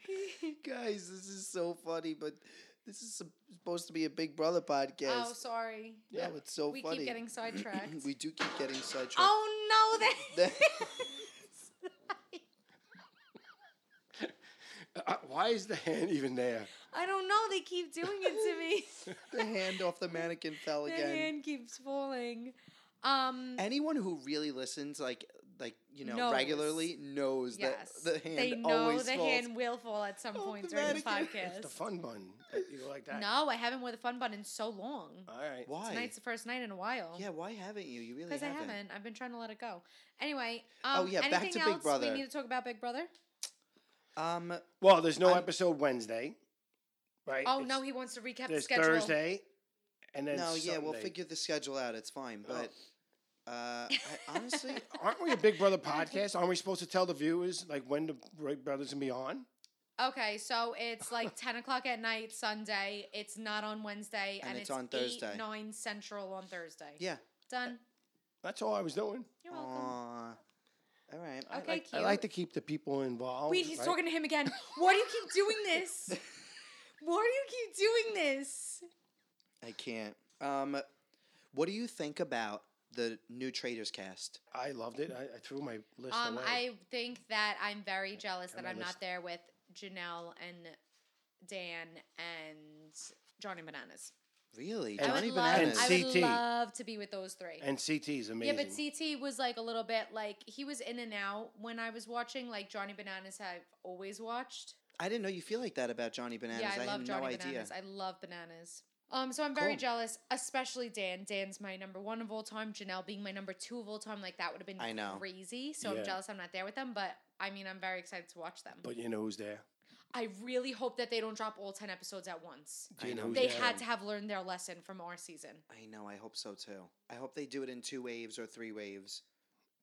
Speaker 2: Guys, this is so funny, but this is supposed to be a Big Brother podcast.
Speaker 3: Oh, sorry.
Speaker 2: yeah, it's so
Speaker 3: we
Speaker 2: funny.
Speaker 3: keep getting sidetracked.
Speaker 2: we do keep getting sidetracked.
Speaker 3: oh no, that.
Speaker 4: Uh, why is the hand even there?
Speaker 3: I don't know. They keep doing it to me.
Speaker 2: the hand off the mannequin fell
Speaker 3: the
Speaker 2: again.
Speaker 3: hand keeps falling. Um,
Speaker 2: Anyone who really listens, like like you know,
Speaker 3: Knows.
Speaker 2: regularly knows
Speaker 3: yes,
Speaker 2: that the hand
Speaker 3: they know
Speaker 2: always
Speaker 3: the
Speaker 2: falls. Oh,
Speaker 3: hand will fall at some point
Speaker 2: the
Speaker 3: during this
Speaker 2: mannequin.
Speaker 3: podcast.
Speaker 4: The fun bun. You go like that.
Speaker 3: no, I haven't worn the fun bun in so long.
Speaker 4: All right.
Speaker 2: Uh, Why?
Speaker 3: Tonight's the first night in a while.
Speaker 2: yeah, why haven't you? You really
Speaker 3: Because I
Speaker 2: haven't. Oh,
Speaker 3: haven't. I've been trying to let it go. Anyway, um,
Speaker 2: yeah, back
Speaker 3: anything
Speaker 2: to Big
Speaker 3: else
Speaker 2: Brother.
Speaker 3: we need to talk about Big Brother?
Speaker 2: Um,
Speaker 4: Well, there's no episode Wednesday, right?
Speaker 3: Oh
Speaker 4: It's-
Speaker 3: no, he wants to recap the
Speaker 4: There's
Speaker 3: schedule.
Speaker 4: Thursday, and then
Speaker 2: no, yeah, we'll
Speaker 4: Sunday. Oh.
Speaker 2: figure the schedule out. It's fine, but uh, I, honestly,
Speaker 4: Aren't we a Big Brother podcast? Aren't we supposed to tell the viewers like when the Big Brother's gonna be on?
Speaker 3: Okay, so it's like ten o'clock at night Sunday. It's not on Wednesday,
Speaker 2: And
Speaker 3: and,
Speaker 2: it's on
Speaker 3: 8,
Speaker 2: Thursday.
Speaker 3: nine central on Thursday.
Speaker 2: yeah.
Speaker 3: done.
Speaker 4: That's all I was doing.
Speaker 3: You're welcome.
Speaker 2: Aw. all right.
Speaker 3: okay,
Speaker 4: like,
Speaker 3: cute.
Speaker 4: I like to keep the people involved.
Speaker 3: Wait, he's
Speaker 4: right?
Speaker 3: talking to him again. Why do you keep doing this? Why do you keep doing this?
Speaker 2: I can't. Um, what do you think about the new Traders cast?
Speaker 4: I loved it. I, I threw my list
Speaker 3: Um,
Speaker 4: away.
Speaker 3: I think that I'm very jealous that I'm not there with Janelle and Dan and Johnny Bananas.
Speaker 2: Really,
Speaker 4: And-
Speaker 3: I
Speaker 2: Johnny
Speaker 3: would, love,
Speaker 4: Bananas.
Speaker 3: I would
Speaker 4: CT.
Speaker 3: love to be with those three.
Speaker 4: and CT is
Speaker 3: Yeah,
Speaker 4: amazing.
Speaker 3: but CT was like a little bit like he was in and out when I was watching. Like Johnny Bananas, I've always watched.
Speaker 2: I didn't know you feel like that about Johnny Bananas.
Speaker 3: yeah, I, love
Speaker 2: had
Speaker 3: Johnny
Speaker 2: no
Speaker 3: Bananas.
Speaker 2: idea.
Speaker 3: I love bananas. Um, so I'm very jealous, especially Dan. Dan's my number one of all time. Janelle being my number two of all time. Like that would have been
Speaker 2: I know.
Speaker 3: crazy. So
Speaker 4: Yeah.
Speaker 3: I'm jealous I'm not there with them. But I mean, I'm very excited to watch them.
Speaker 4: But you know who's there?
Speaker 3: I really hope that they don't drop all ten episodes at once.
Speaker 4: Do you know, who's
Speaker 3: They
Speaker 4: there?
Speaker 3: had to have learned their lesson from our season.
Speaker 2: I, know. I hope so too. I hope they do it in two waves or three waves.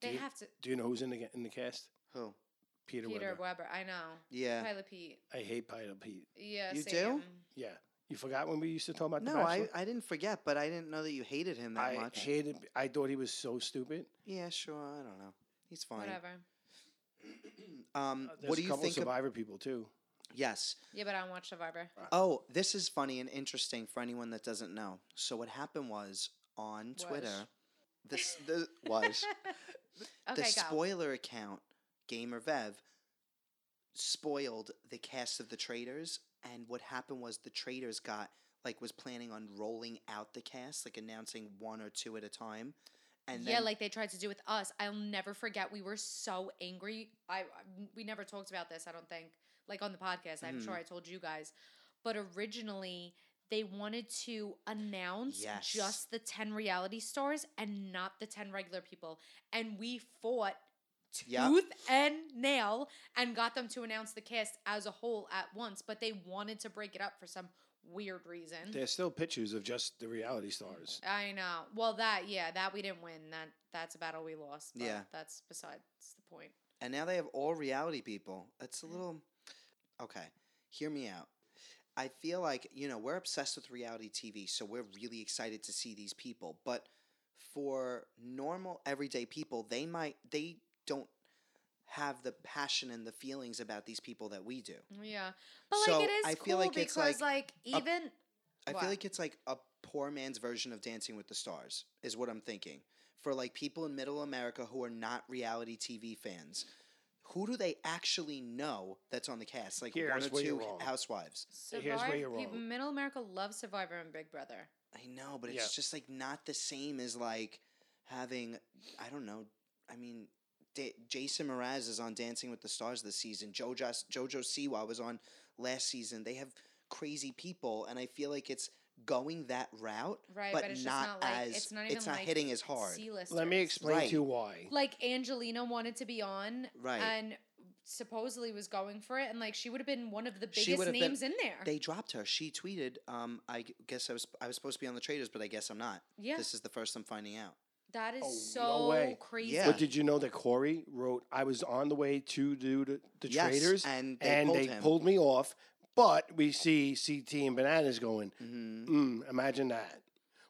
Speaker 3: They have to.
Speaker 4: Do you know who's in the in the cast?
Speaker 2: Who?
Speaker 4: Peter,
Speaker 3: Peter
Speaker 4: Weber.
Speaker 3: Weber, I know.
Speaker 2: Yeah.
Speaker 3: Pilot Pete.
Speaker 4: I hate Peter Pete.
Speaker 3: Yeah.
Speaker 2: You
Speaker 3: same.
Speaker 2: do?
Speaker 4: Yeah, you forgot when we used to talk about the
Speaker 2: No, I,
Speaker 4: Bachelor?
Speaker 2: I didn't forget, but I didn't know that you hated him that
Speaker 4: I
Speaker 2: much.
Speaker 4: hated. I thought he was so stupid.
Speaker 2: yeah, sure. I don't know. He's fine.
Speaker 3: Whatever.
Speaker 2: Um,
Speaker 4: There's
Speaker 2: what do
Speaker 4: a
Speaker 2: you
Speaker 4: couple
Speaker 2: think? Of,
Speaker 4: Survivor people too.
Speaker 2: yes.
Speaker 3: Yeah, but I don't watch Survivor.
Speaker 2: Oh, this is funny and interesting for anyone that doesn't know. So what happened was on Twitter, this the was
Speaker 3: Okay,
Speaker 2: the
Speaker 3: go.
Speaker 2: spoiler account Gamer Vev spoiled the cast of the traders, and what happened was the traders got like was planning on rolling out the cast, like announcing one or two at a time, and
Speaker 3: yeah,
Speaker 2: then,
Speaker 3: like they tried to do with us. I'll never forget. We were so angry. I I- we never talked about this. I don't think like on the podcast.
Speaker 2: Mm-hmm.
Speaker 3: I'm sure I told you guys, but originally they wanted to announce
Speaker 2: Yes.
Speaker 3: just the ten reality stars and not the ten regular people, and we fought tooth
Speaker 2: Yeah.
Speaker 3: and nail and got them to announce the cast as a whole at once. But they wanted to break it up for some weird reason.
Speaker 4: There's still pictures of just the reality stars.
Speaker 3: I know. Well, that yeah, that we didn't win. That that's a battle we lost. But
Speaker 2: Yeah.
Speaker 3: that's besides the point.
Speaker 2: and now they have all reality people. It's a little okay. Hear me out. I feel like you know we're obsessed with reality TV, so we're really excited to see these people. But for normal everyday people, they might they don't have the passion and the feelings about these people that we do.
Speaker 3: Yeah, but
Speaker 2: So,
Speaker 3: like it is
Speaker 2: I
Speaker 3: cool
Speaker 2: feel like it's
Speaker 3: because
Speaker 2: like
Speaker 3: like,
Speaker 2: a-
Speaker 3: even
Speaker 2: I
Speaker 3: What?
Speaker 2: feel like it's like a poor man's version of Dancing with the Stars, is what I'm thinking. For like people in middle America who are not reality TV fans, who do they actually know that's on the cast? Like
Speaker 4: Here's
Speaker 2: one or
Speaker 4: where you're
Speaker 2: two
Speaker 4: wrong.
Speaker 2: housewives.
Speaker 4: here's where
Speaker 3: Survivor,
Speaker 4: you're
Speaker 3: peop-
Speaker 4: wrong.
Speaker 3: Middle America loves Survivor and Big Brother.
Speaker 2: I know, but it's
Speaker 4: Yeah.
Speaker 2: just like not the same as like having, I don't know, I mean, da- Jason Mraz is on Dancing with the Stars this season. Jojo, Jojo Siwa was on last season. They have crazy people, and I feel like it's going that route,
Speaker 3: Right,
Speaker 2: but,
Speaker 3: but it's just not
Speaker 2: not,
Speaker 3: like-
Speaker 2: as,
Speaker 3: it's not even like
Speaker 2: hitting as hard.
Speaker 3: C-listers.
Speaker 4: Let me explain
Speaker 2: Right.
Speaker 4: to you why.
Speaker 3: Like Angelina wanted to be on,
Speaker 2: Right.
Speaker 3: And supposedly was going for it, and like she would have been one of the
Speaker 2: She
Speaker 3: biggest
Speaker 2: would've been-
Speaker 3: names in there.
Speaker 2: They dropped her. She tweeted, um, I g- guess I was I was supposed to be on the traders, but I guess I'm not.
Speaker 3: Yeah.
Speaker 2: This is the first I'm finding out.
Speaker 3: that is
Speaker 4: Oh, no
Speaker 3: so
Speaker 4: way.
Speaker 3: crazy.
Speaker 2: Yeah.
Speaker 4: But did you know that Corey wrote, "I was on the way to do the, the
Speaker 2: Yes,
Speaker 4: traders,
Speaker 2: and they pulled him.
Speaker 4: pulled me off." But we see CT and
Speaker 2: Mm-hmm.
Speaker 4: Bananas going, mm imagine that.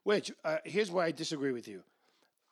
Speaker 4: Which uh, here's where I disagree with you.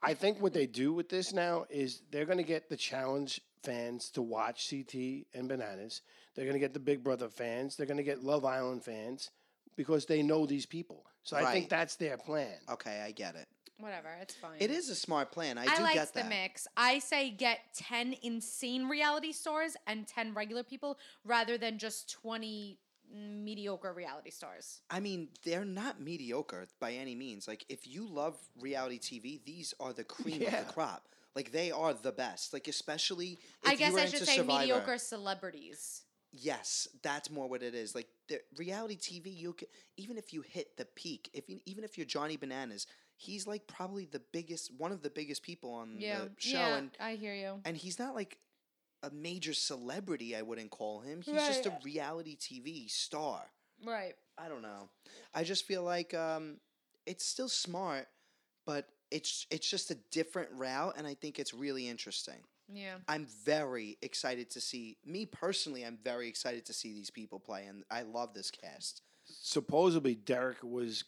Speaker 4: I think what they do with this now is they're going to get the challenge fans to watch CT and Bananas. They're going to get the Big Brother fans. They're going to get Love Island fans because they know these people. So I think
Speaker 2: Right.
Speaker 4: that's their plan.
Speaker 2: Okay, I get it.
Speaker 3: Whatever, it's fine.
Speaker 2: It is a smart plan. I,
Speaker 3: I,
Speaker 2: do
Speaker 3: liked
Speaker 2: get
Speaker 3: the
Speaker 2: that.
Speaker 3: mix. I say get 10 insane reality stars and 10 regular people rather than just 20 mediocre reality stars.
Speaker 2: I mean, they're not mediocre by any means. Like, if you love reality TV, these are the cream of the crop. Like, they are the best. Like, especially if
Speaker 3: I guess
Speaker 2: you were
Speaker 3: I should
Speaker 2: into
Speaker 3: say
Speaker 2: Survivor.
Speaker 3: mediocre celebrities.
Speaker 2: Yes, that's more what it is. Like the reality TV, you c even if you hit the peak, if you, even if you're Johnny Bananas, he's like probably the biggest, one of the biggest people on
Speaker 3: Yeah.
Speaker 2: Mm, the show,
Speaker 3: yeah,
Speaker 2: and
Speaker 3: I hear you.
Speaker 2: and he's not like a major celebrity. I wouldn't call him. He's just a reality TV star.
Speaker 3: Right.
Speaker 2: I don't know. I just feel like um, it's still smart, but it's it's just a different route, and I think it's really interesting.
Speaker 3: Yeah.
Speaker 2: I'm very excited to see me personally. I'm very excited to see these people play, and I love this cast.
Speaker 4: Supposedly Derek was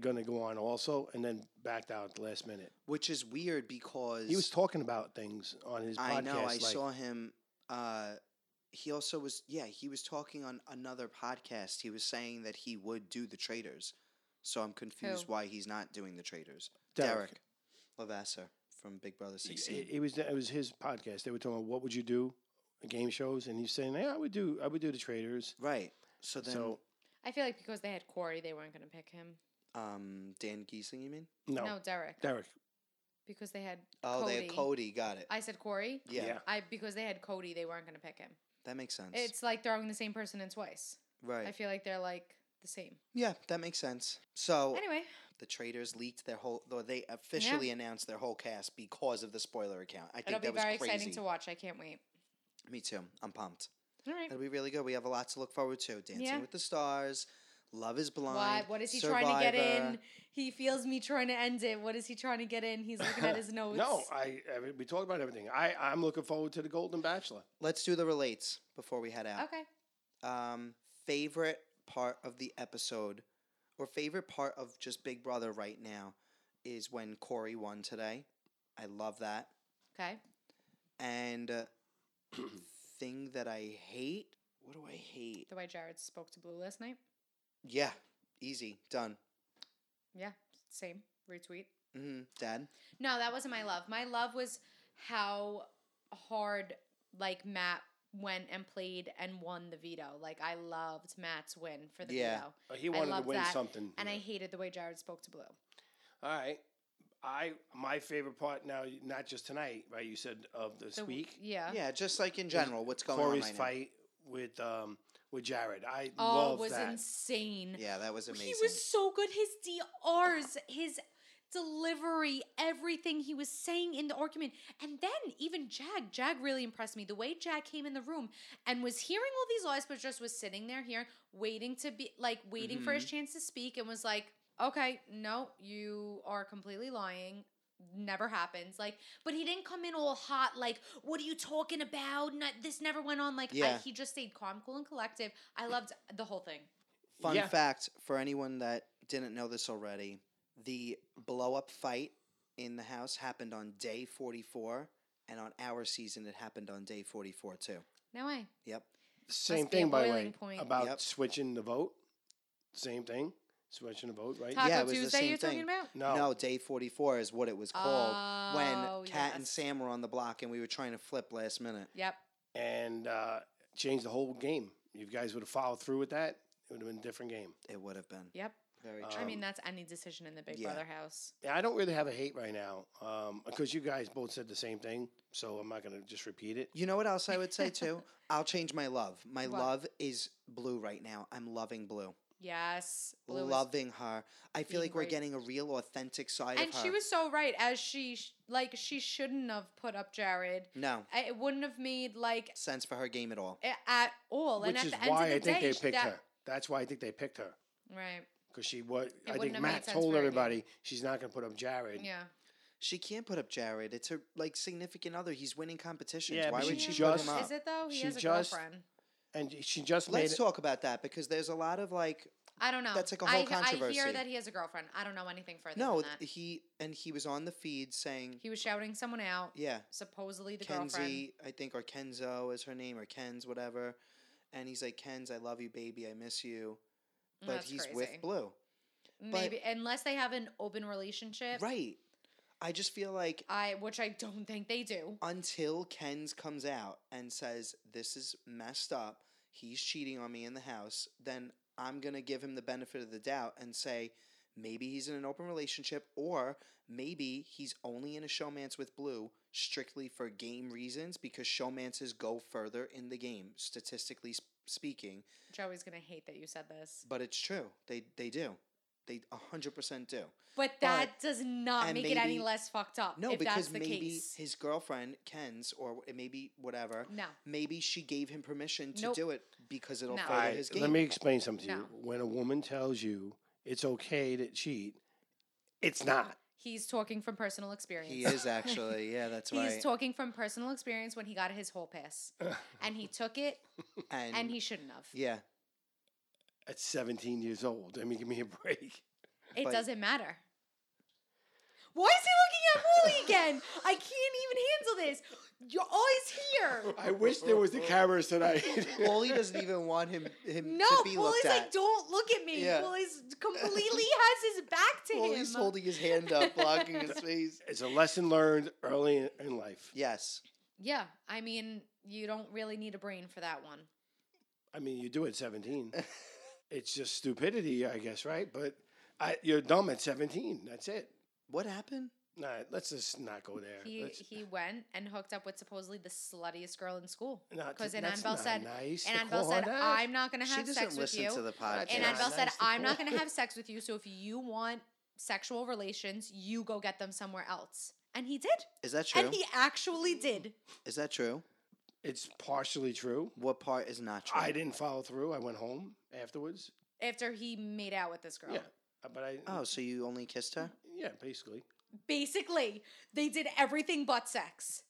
Speaker 4: going to go on also, and then backed out at the last minute.
Speaker 2: Which is weird because
Speaker 4: He was talking about things on his podcast.
Speaker 2: I know I
Speaker 4: like-
Speaker 2: saw him. Uh, he also was yeah. He was talking on another podcast. He was saying that he would do the traders. So I'm confused why he's not doing the traders. Derek,
Speaker 4: Derek.
Speaker 2: Lavasser from Big Brother
Speaker 4: it,
Speaker 2: 16.
Speaker 4: it was it was his podcast. They were talking, what would you do? Game shows, and he's saying, yeah, I would do, I would do the traders.
Speaker 2: Right. So then,
Speaker 4: so
Speaker 3: I feel like because they had Corey, they weren't going to pick him.
Speaker 2: um, Dan Giesling, you mean?
Speaker 4: no,
Speaker 3: No, Derek.
Speaker 4: Derek,
Speaker 3: Because they had
Speaker 2: Oh,
Speaker 3: Cody.
Speaker 2: they have Cody. Got it.
Speaker 3: I said Corey.
Speaker 2: yeah,
Speaker 4: Yeah.
Speaker 3: I because they had Cody, they weren't going to pick him.
Speaker 2: that makes sense.
Speaker 3: It's like throwing the same person in twice.
Speaker 2: right.
Speaker 3: I feel like they're like the same.
Speaker 2: yeah, that makes sense. So
Speaker 3: Anyway,
Speaker 2: the traders leaked their whole, though they officially announced their whole cast because of the spoiler account. I
Speaker 3: it'll
Speaker 2: think
Speaker 3: be
Speaker 2: that was
Speaker 3: very
Speaker 2: crazy.
Speaker 3: exciting to watch. I can't wait.
Speaker 2: Me too. I'm pumped.
Speaker 3: All right.
Speaker 2: It'll be really good. We have a lot to look forward to. Dancing
Speaker 3: Yeah.
Speaker 2: with the Stars, Love Is Blind.
Speaker 3: Why? What is he trying to get in?
Speaker 2: Survivor.
Speaker 3: He feels me trying to end it. What is he trying to get in? He's looking at his notes.
Speaker 4: no, I, I mean, we talked about everything. I, I'm looking forward to the Golden Bachelor.
Speaker 2: Let's do the relates before we head out.
Speaker 3: Okay.
Speaker 2: Um, favorite part of the episode, or favorite part of just Big Brother right now, is when Corey won today. I love that.
Speaker 3: Okay.
Speaker 2: And uh, thing that I hate. What do I hate?
Speaker 3: The way Jared spoke to Blue last night.
Speaker 2: Yeah, easy done.
Speaker 3: Yeah. Same. Retweet.
Speaker 2: hmm Dad.
Speaker 3: No, that wasn't my love. My love was how hard like Matt went and played and won the veto. Like I loved Matt's win for the
Speaker 2: Yeah.
Speaker 3: veto.
Speaker 4: Uh, He
Speaker 3: I
Speaker 4: wanted to
Speaker 3: loved
Speaker 4: win
Speaker 3: that.
Speaker 4: something,
Speaker 3: And I hated the way Jared spoke to Blue.
Speaker 4: All right, I my favorite part now, not just tonight, right? You said of this
Speaker 3: The-
Speaker 4: week,
Speaker 3: Yeah.
Speaker 2: Yeah, just like in general, what's going
Speaker 4: Corey's
Speaker 2: on right
Speaker 4: fight with um with Jared. I
Speaker 3: Oh,
Speaker 4: love
Speaker 3: it was
Speaker 4: that.
Speaker 3: insane.
Speaker 2: now? Yeah, that was amazing.
Speaker 3: He was so good. His DRs, his delivery, everything he was saying in the argument. And then even Jag, Jag really impressed me. The way Jag came in the room and was hearing all these lies, but just was sitting there here, waiting to be like waiting for
Speaker 2: Mm-hmm.
Speaker 3: his chance to speak and was like, Okay, no, you are completely lying. Never happens. Like, but he didn't come in all hot, like, what are you talking about? Not, this never went on. Like, I,
Speaker 2: Yeah.
Speaker 3: he just stayed calm, cool, and collective. I loved the whole thing.
Speaker 2: Fun
Speaker 4: Yeah.
Speaker 2: fact for anyone that didn't know this already the blow up fight in the house happened on day 44, and on our season, it happened on day 44 too.
Speaker 3: No way.
Speaker 2: Yep.
Speaker 4: Same
Speaker 3: Must be a
Speaker 4: thing, by the
Speaker 3: boiling
Speaker 4: way,
Speaker 3: point.
Speaker 4: about
Speaker 2: Yep.
Speaker 4: switching the vote. Same thing, switching the vote, right?
Speaker 3: Taco
Speaker 2: Uh, Yeah, it was the
Speaker 3: Tuesday
Speaker 2: same
Speaker 3: you're talking
Speaker 2: thing.
Speaker 3: about?
Speaker 4: No.
Speaker 2: day 44 is what it was called
Speaker 3: Oh,
Speaker 2: when Kat and
Speaker 3: yes.
Speaker 2: Sam were on the block and we were trying to flip last minute.
Speaker 3: Yep.
Speaker 4: and uh, change the whole game. If you guys would have followed through with that, it would have been a different game.
Speaker 2: It would have been.
Speaker 3: Yep.
Speaker 2: Very
Speaker 3: I
Speaker 2: true.
Speaker 3: mean, that's any decision in the Big
Speaker 2: Um, yeah.
Speaker 3: Brother house.
Speaker 4: Yeah, I don't really have a hate right now because you guys both said the same thing, so I'm not going to just repeat it.
Speaker 2: You know what else I would say too? I'll change my love. My
Speaker 3: What?
Speaker 2: love is blue right now. I'm loving blue.
Speaker 3: Yes. Blue was-
Speaker 2: loving her. I feel
Speaker 3: being
Speaker 2: like we're
Speaker 3: great.
Speaker 2: getting a real authentic side
Speaker 3: And
Speaker 2: of her.
Speaker 3: she was so right, as she, sh- like, she shouldn't have put up Jared.
Speaker 2: no
Speaker 3: I- It wouldn't have made, like,
Speaker 2: sense for her game at all.
Speaker 3: a- at all. and
Speaker 4: Which
Speaker 3: at
Speaker 4: is
Speaker 3: the end
Speaker 4: why
Speaker 3: of the
Speaker 4: I think
Speaker 3: day,
Speaker 4: they
Speaker 3: sh-
Speaker 4: picked
Speaker 3: that-
Speaker 4: her. That's why I think they picked her
Speaker 3: Right.
Speaker 4: because she was. I
Speaker 3: wouldn't
Speaker 4: think
Speaker 3: have made
Speaker 4: Matt
Speaker 3: sense
Speaker 4: told
Speaker 3: for her to-
Speaker 4: everybody she's not going to put up Jared.
Speaker 3: Yeah.
Speaker 2: She can't put up Jared. It's her like significant other. He's winning competitions.
Speaker 4: Yeah,
Speaker 2: Why
Speaker 4: but
Speaker 2: would
Speaker 4: she
Speaker 2: she put
Speaker 4: just-
Speaker 2: him up?
Speaker 3: Is it, though? He
Speaker 4: She
Speaker 3: has a
Speaker 4: just
Speaker 3: girlfriend.
Speaker 4: and she just made
Speaker 2: Let's
Speaker 4: it.
Speaker 2: talk about that because there's a lot of like
Speaker 3: I don't know.
Speaker 2: That's like a
Speaker 3: I-
Speaker 2: whole controversy.
Speaker 3: I hear that he has a girlfriend. I don't know anything further
Speaker 2: no,
Speaker 3: than that.
Speaker 2: he and he was on the feed saying,
Speaker 3: He was shouting someone out.
Speaker 2: yeah,
Speaker 3: Supposedly the girlfriend.
Speaker 2: Kenzie, I think, or Kenzo is her name, or Kenz, whatever. And he's like, Kenz, I love you, baby, I miss you.
Speaker 3: Mm,
Speaker 2: But
Speaker 3: That's
Speaker 2: he's
Speaker 3: crazy.
Speaker 2: with Blue. but-
Speaker 3: Maybe unless they have an open relationship.
Speaker 2: Right. I just feel like
Speaker 3: I which I don't think they do.
Speaker 2: Uh, until Ken's comes out and says, This is messed up, he's cheating on me in the house, then I'm going to give him the benefit of the doubt and say, Maybe he's in an open relationship, or maybe he's only in a showmance with Blue strictly for game reasons because showmances go further in the game, statistically sp- speaking.
Speaker 3: Joey's gonna hate that you said this.
Speaker 2: But it's true. They, they do. They 100% do.
Speaker 3: But that does not
Speaker 2: and
Speaker 3: make it any
Speaker 2: maybe-
Speaker 3: less fucked up.
Speaker 2: No,
Speaker 3: if
Speaker 2: because
Speaker 3: that's the
Speaker 2: maybe
Speaker 3: case.
Speaker 2: his girlfriend, Ken's, or w- maybe whatever,
Speaker 3: No.
Speaker 2: maybe she gave him permission to
Speaker 3: Nope.
Speaker 2: do it because it'll
Speaker 3: No.
Speaker 2: further
Speaker 4: Alright,
Speaker 2: his game.
Speaker 4: Let me explain something to you.
Speaker 3: No.
Speaker 4: When a woman tells you it's okay to cheat, it's not.
Speaker 3: He's talking from personal experience.
Speaker 2: He is actually, yeah, that's
Speaker 3: He's
Speaker 2: right.
Speaker 3: talking from personal experience when he got his whole pass. and he took it
Speaker 2: and,
Speaker 3: and he shouldn't have.
Speaker 2: yeah,
Speaker 4: At 17 years old, I mean, give me a break.
Speaker 3: It
Speaker 2: but-
Speaker 3: doesn't matter. Why is he looking at Wooly again? I can't even handle this. You're always here.
Speaker 4: I wish there was the cameras tonight.
Speaker 2: Wooly doesn't even want him him
Speaker 3: No,
Speaker 2: to be
Speaker 3: Wooly's
Speaker 2: looked
Speaker 3: like,
Speaker 2: at.
Speaker 3: don't look at me.
Speaker 2: Yeah.
Speaker 3: Wooly's completely has his back to
Speaker 2: Wooly's
Speaker 3: him.
Speaker 2: holding his hand up, blocking his face.
Speaker 4: it's a lesson learned early in, in life.
Speaker 2: Yes,
Speaker 3: yeah, I mean, you don't really need a brain for that one.
Speaker 4: I mean, you do at 17. it's just stupidity, I guess, right? But I, you're dumb at 17. That's it.
Speaker 2: what happened?
Speaker 4: Nah, let's just not go there.
Speaker 3: He
Speaker 4: Let's-
Speaker 3: he went and hooked up with supposedly the sluttiest girl in school.
Speaker 4: Not th-
Speaker 3: Because
Speaker 4: that's
Speaker 3: Annabelle
Speaker 4: not
Speaker 3: said,
Speaker 4: nice to
Speaker 3: and Annabelle
Speaker 4: call
Speaker 3: said,
Speaker 4: her that.
Speaker 3: I'm not going to
Speaker 2: She
Speaker 3: have sex
Speaker 2: doesn't
Speaker 3: with
Speaker 2: listen
Speaker 3: you.
Speaker 2: to the podcast.
Speaker 4: Yeah,
Speaker 3: and Annabelle said,
Speaker 4: nice to
Speaker 3: I'm not
Speaker 4: call
Speaker 3: going to have sex with you. So if you want sexual relations, you go get them somewhere else. And he did.
Speaker 2: "Is that true?
Speaker 3: And he actually did.
Speaker 2: Is that true?
Speaker 4: it's partially true.
Speaker 2: What part is not true?"
Speaker 4: I didn't follow through. I went home afterwards.
Speaker 3: After he made out with this girl.
Speaker 4: Yeah, uh, but I.
Speaker 2: Oh, so you only kissed her?
Speaker 4: yeah, basically.
Speaker 3: Basically, they did everything but sex.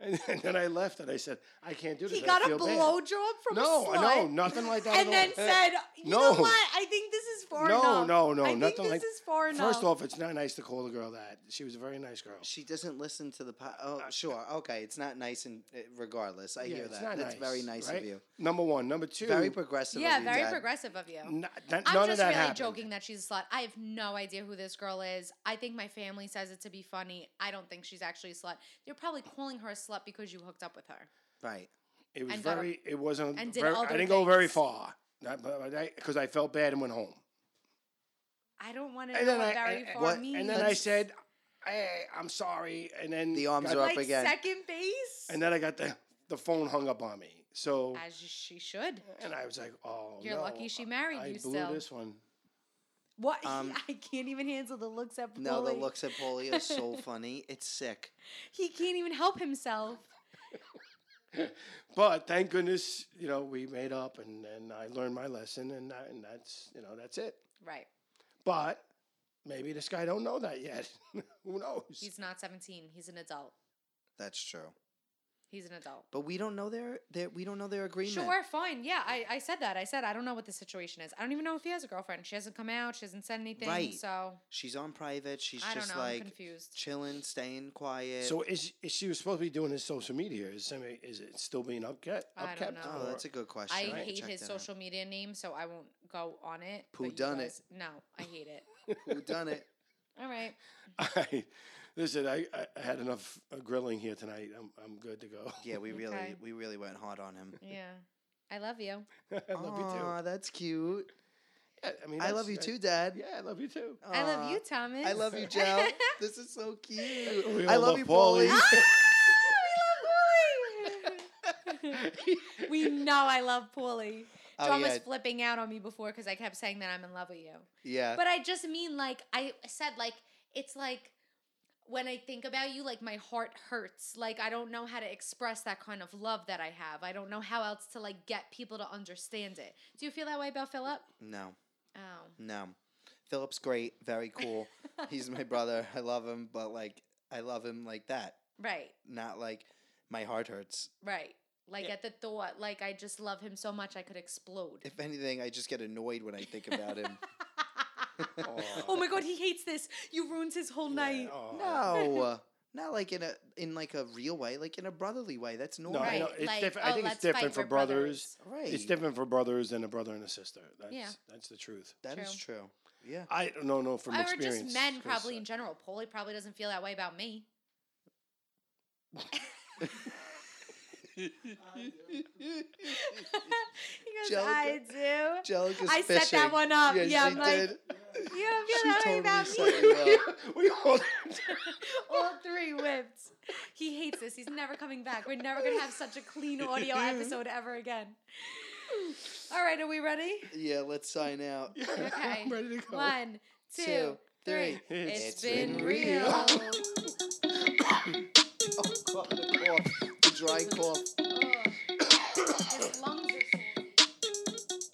Speaker 4: And, then I left, and I said, I can't do this.
Speaker 3: He
Speaker 4: I
Speaker 3: got a
Speaker 4: feel bad."
Speaker 3: blowjob from
Speaker 4: No,
Speaker 3: a slut.
Speaker 4: no, nothing like that.
Speaker 3: and
Speaker 4: at
Speaker 3: then
Speaker 4: all.
Speaker 3: said, "You know
Speaker 4: No.
Speaker 3: what? I think this is far
Speaker 4: no,
Speaker 3: enough.
Speaker 4: no, no,
Speaker 3: I think
Speaker 4: nothing
Speaker 3: this
Speaker 4: like.
Speaker 3: is far enough."
Speaker 4: First off, it's not nice to call a girl that. She was a very nice girl.
Speaker 2: She doesn't listen to the pod. Oh, sure, okay, it's not nice. And uh, regardless, I
Speaker 4: Uh, Yeah,
Speaker 2: hear
Speaker 4: it's
Speaker 2: that.
Speaker 4: not
Speaker 2: That's very nice
Speaker 4: nice right?
Speaker 2: of you.
Speaker 4: Number one, number two.
Speaker 2: Very progressive.
Speaker 3: yeah,
Speaker 2: of you,
Speaker 3: very
Speaker 2: Dad.
Speaker 3: progressive of you.
Speaker 4: n- that-
Speaker 3: I'm
Speaker 4: none
Speaker 3: just
Speaker 4: of that
Speaker 3: really
Speaker 4: happened.
Speaker 3: joking that she's a slut. I have no idea who this girl is. I think my family says it to be funny. I don't think she's actually a slut. They're probably calling her a slut because you hooked up with her.
Speaker 2: Right.
Speaker 4: It was
Speaker 3: and got a-
Speaker 4: very. It wasn't.
Speaker 3: and did
Speaker 4: very, I
Speaker 3: other
Speaker 4: didn't go very
Speaker 3: things.
Speaker 4: far. Because I, felt bad and went home.
Speaker 3: I don't want to
Speaker 4: And
Speaker 3: know
Speaker 4: then
Speaker 3: what
Speaker 4: I.
Speaker 3: very
Speaker 4: and-
Speaker 3: far
Speaker 2: what-
Speaker 3: means.
Speaker 4: and then I said, "Hey, I'm sorry." And then
Speaker 2: The um, arms
Speaker 4: got-
Speaker 2: are up
Speaker 3: like
Speaker 2: again.
Speaker 3: second base,
Speaker 4: And then I got the the phone hung up on me. So
Speaker 3: as she should.
Speaker 4: and I was like, "Oh,
Speaker 3: You're
Speaker 4: no,
Speaker 3: lucky she married
Speaker 4: I
Speaker 3: you
Speaker 4: blew
Speaker 3: still.
Speaker 4: this one.
Speaker 3: What?
Speaker 2: Um,
Speaker 3: I can't even handle the looks at
Speaker 2: No, the
Speaker 3: Paulie.
Speaker 2: looks at Polly is so funny. It's sick.
Speaker 3: He can't even help himself.
Speaker 4: But thank goodness, you know, we made up, and and I learned my lesson, and I, and that's you know that's it.
Speaker 3: Right.
Speaker 4: But maybe this guy don't know that yet. Who knows?
Speaker 3: He's not 17. He's an adult.
Speaker 2: That's true.
Speaker 3: He's an adult.
Speaker 2: But we don't know their, their we don't know their agreement.
Speaker 3: Sure, fine. Yeah, I, I said that. I said I don't know what the situation is. I don't even know if he has a girlfriend. She hasn't come out. She hasn't said anything.
Speaker 2: Right.
Speaker 3: So
Speaker 2: She's on private. She's
Speaker 3: I don't
Speaker 2: just
Speaker 3: know, I'm
Speaker 2: like
Speaker 3: confused.
Speaker 2: chilling, staying quiet.
Speaker 4: so is, is she was supposed to be doing his social media? Is somebody, is it still being upkept?
Speaker 3: I don't
Speaker 4: upkept,
Speaker 3: know.
Speaker 2: oh,
Speaker 4: or-
Speaker 2: that's a good question.
Speaker 3: I
Speaker 2: Let me
Speaker 3: hate
Speaker 2: check
Speaker 3: his
Speaker 2: that out.
Speaker 3: social media name, so I won't go on it. but you
Speaker 2: Whodunit.
Speaker 3: guys- No, I hate it.
Speaker 2: Who done it?
Speaker 3: All right.
Speaker 4: I, listen, I, I I had enough uh, grilling here tonight. I'm I'm good to go.
Speaker 2: Yeah, we really
Speaker 3: Okay.
Speaker 2: we really went hard on him.
Speaker 3: Yeah. I love you.
Speaker 4: I love you too.
Speaker 2: Aw, that's cute.
Speaker 4: Yeah, I mean,
Speaker 2: I
Speaker 4: that's-
Speaker 2: love you
Speaker 4: I-
Speaker 2: too, Dad.
Speaker 4: Yeah, I love you too.
Speaker 3: I love
Speaker 2: Aw,
Speaker 3: you, Thomas. Ah!
Speaker 2: I love you, Joe. this is so cute.
Speaker 4: We
Speaker 2: I
Speaker 4: all
Speaker 2: love,
Speaker 4: love
Speaker 2: you,
Speaker 4: Paulie.
Speaker 2: Polly.
Speaker 3: we know I love Paulie.
Speaker 2: Oh,
Speaker 3: John
Speaker 2: yeah.
Speaker 3: was flipping out on me before because I kept saying that I'm in love with you.
Speaker 2: yeah.
Speaker 3: But I just mean like I said like it's like when I think about you like my heart hurts. Like I don't know how to express that kind of love that I have. I don't know how else to like get people to understand it. Do you feel that way about Philip?
Speaker 2: no.
Speaker 3: Oh.
Speaker 2: No. Philip's great, very cool. He's my brother. I love him, but like I love him like that.
Speaker 3: Right.
Speaker 2: Not like my heart hurts.
Speaker 3: Right. Like at the thought, like I just love him so much I could explode.
Speaker 2: If anything, I just get annoyed when I think about him.
Speaker 3: Oh my god, he hates this. You ruined his whole night.
Speaker 4: Oh,
Speaker 2: no, not like in a in like a real way, like in a brotherly way. That's normal.
Speaker 4: No, I know
Speaker 3: Right,
Speaker 4: it's
Speaker 3: like,
Speaker 4: different.
Speaker 3: oh,
Speaker 4: I think it's
Speaker 3: let's fight
Speaker 4: different for
Speaker 3: for
Speaker 4: brothers.
Speaker 3: brothers.
Speaker 2: Right.
Speaker 4: It's different for brothers than a brother and a sister. That's,
Speaker 3: Yeah.
Speaker 4: that's the truth.
Speaker 2: That is true. Yeah.
Speaker 4: I don't know no, from
Speaker 3: Or
Speaker 4: experience.
Speaker 3: just men
Speaker 4: 'cause
Speaker 3: probably in general. Polly probably doesn't feel that way about me. he goes,
Speaker 2: Jellicoe-
Speaker 3: I do.
Speaker 2: Angelica's
Speaker 3: I set that
Speaker 2: fishing.
Speaker 3: one up. Yeah,
Speaker 2: she
Speaker 3: I'm like,
Speaker 2: did.
Speaker 3: You don't feel
Speaker 2: She
Speaker 3: that way
Speaker 2: totally
Speaker 3: about me.
Speaker 2: set you up.
Speaker 4: uh, we all
Speaker 3: All three whipped. He hates this. He's never coming back. We're never gonna have such a clean audio episode ever again. All right, are we ready?
Speaker 2: Yeah, let's sign out.
Speaker 3: Okay.
Speaker 4: ready to go.
Speaker 3: One, two, three.
Speaker 2: Two, three.
Speaker 3: it's been, real.
Speaker 2: Oh, God, the cough. The dry cough.
Speaker 3: His lungs are sore.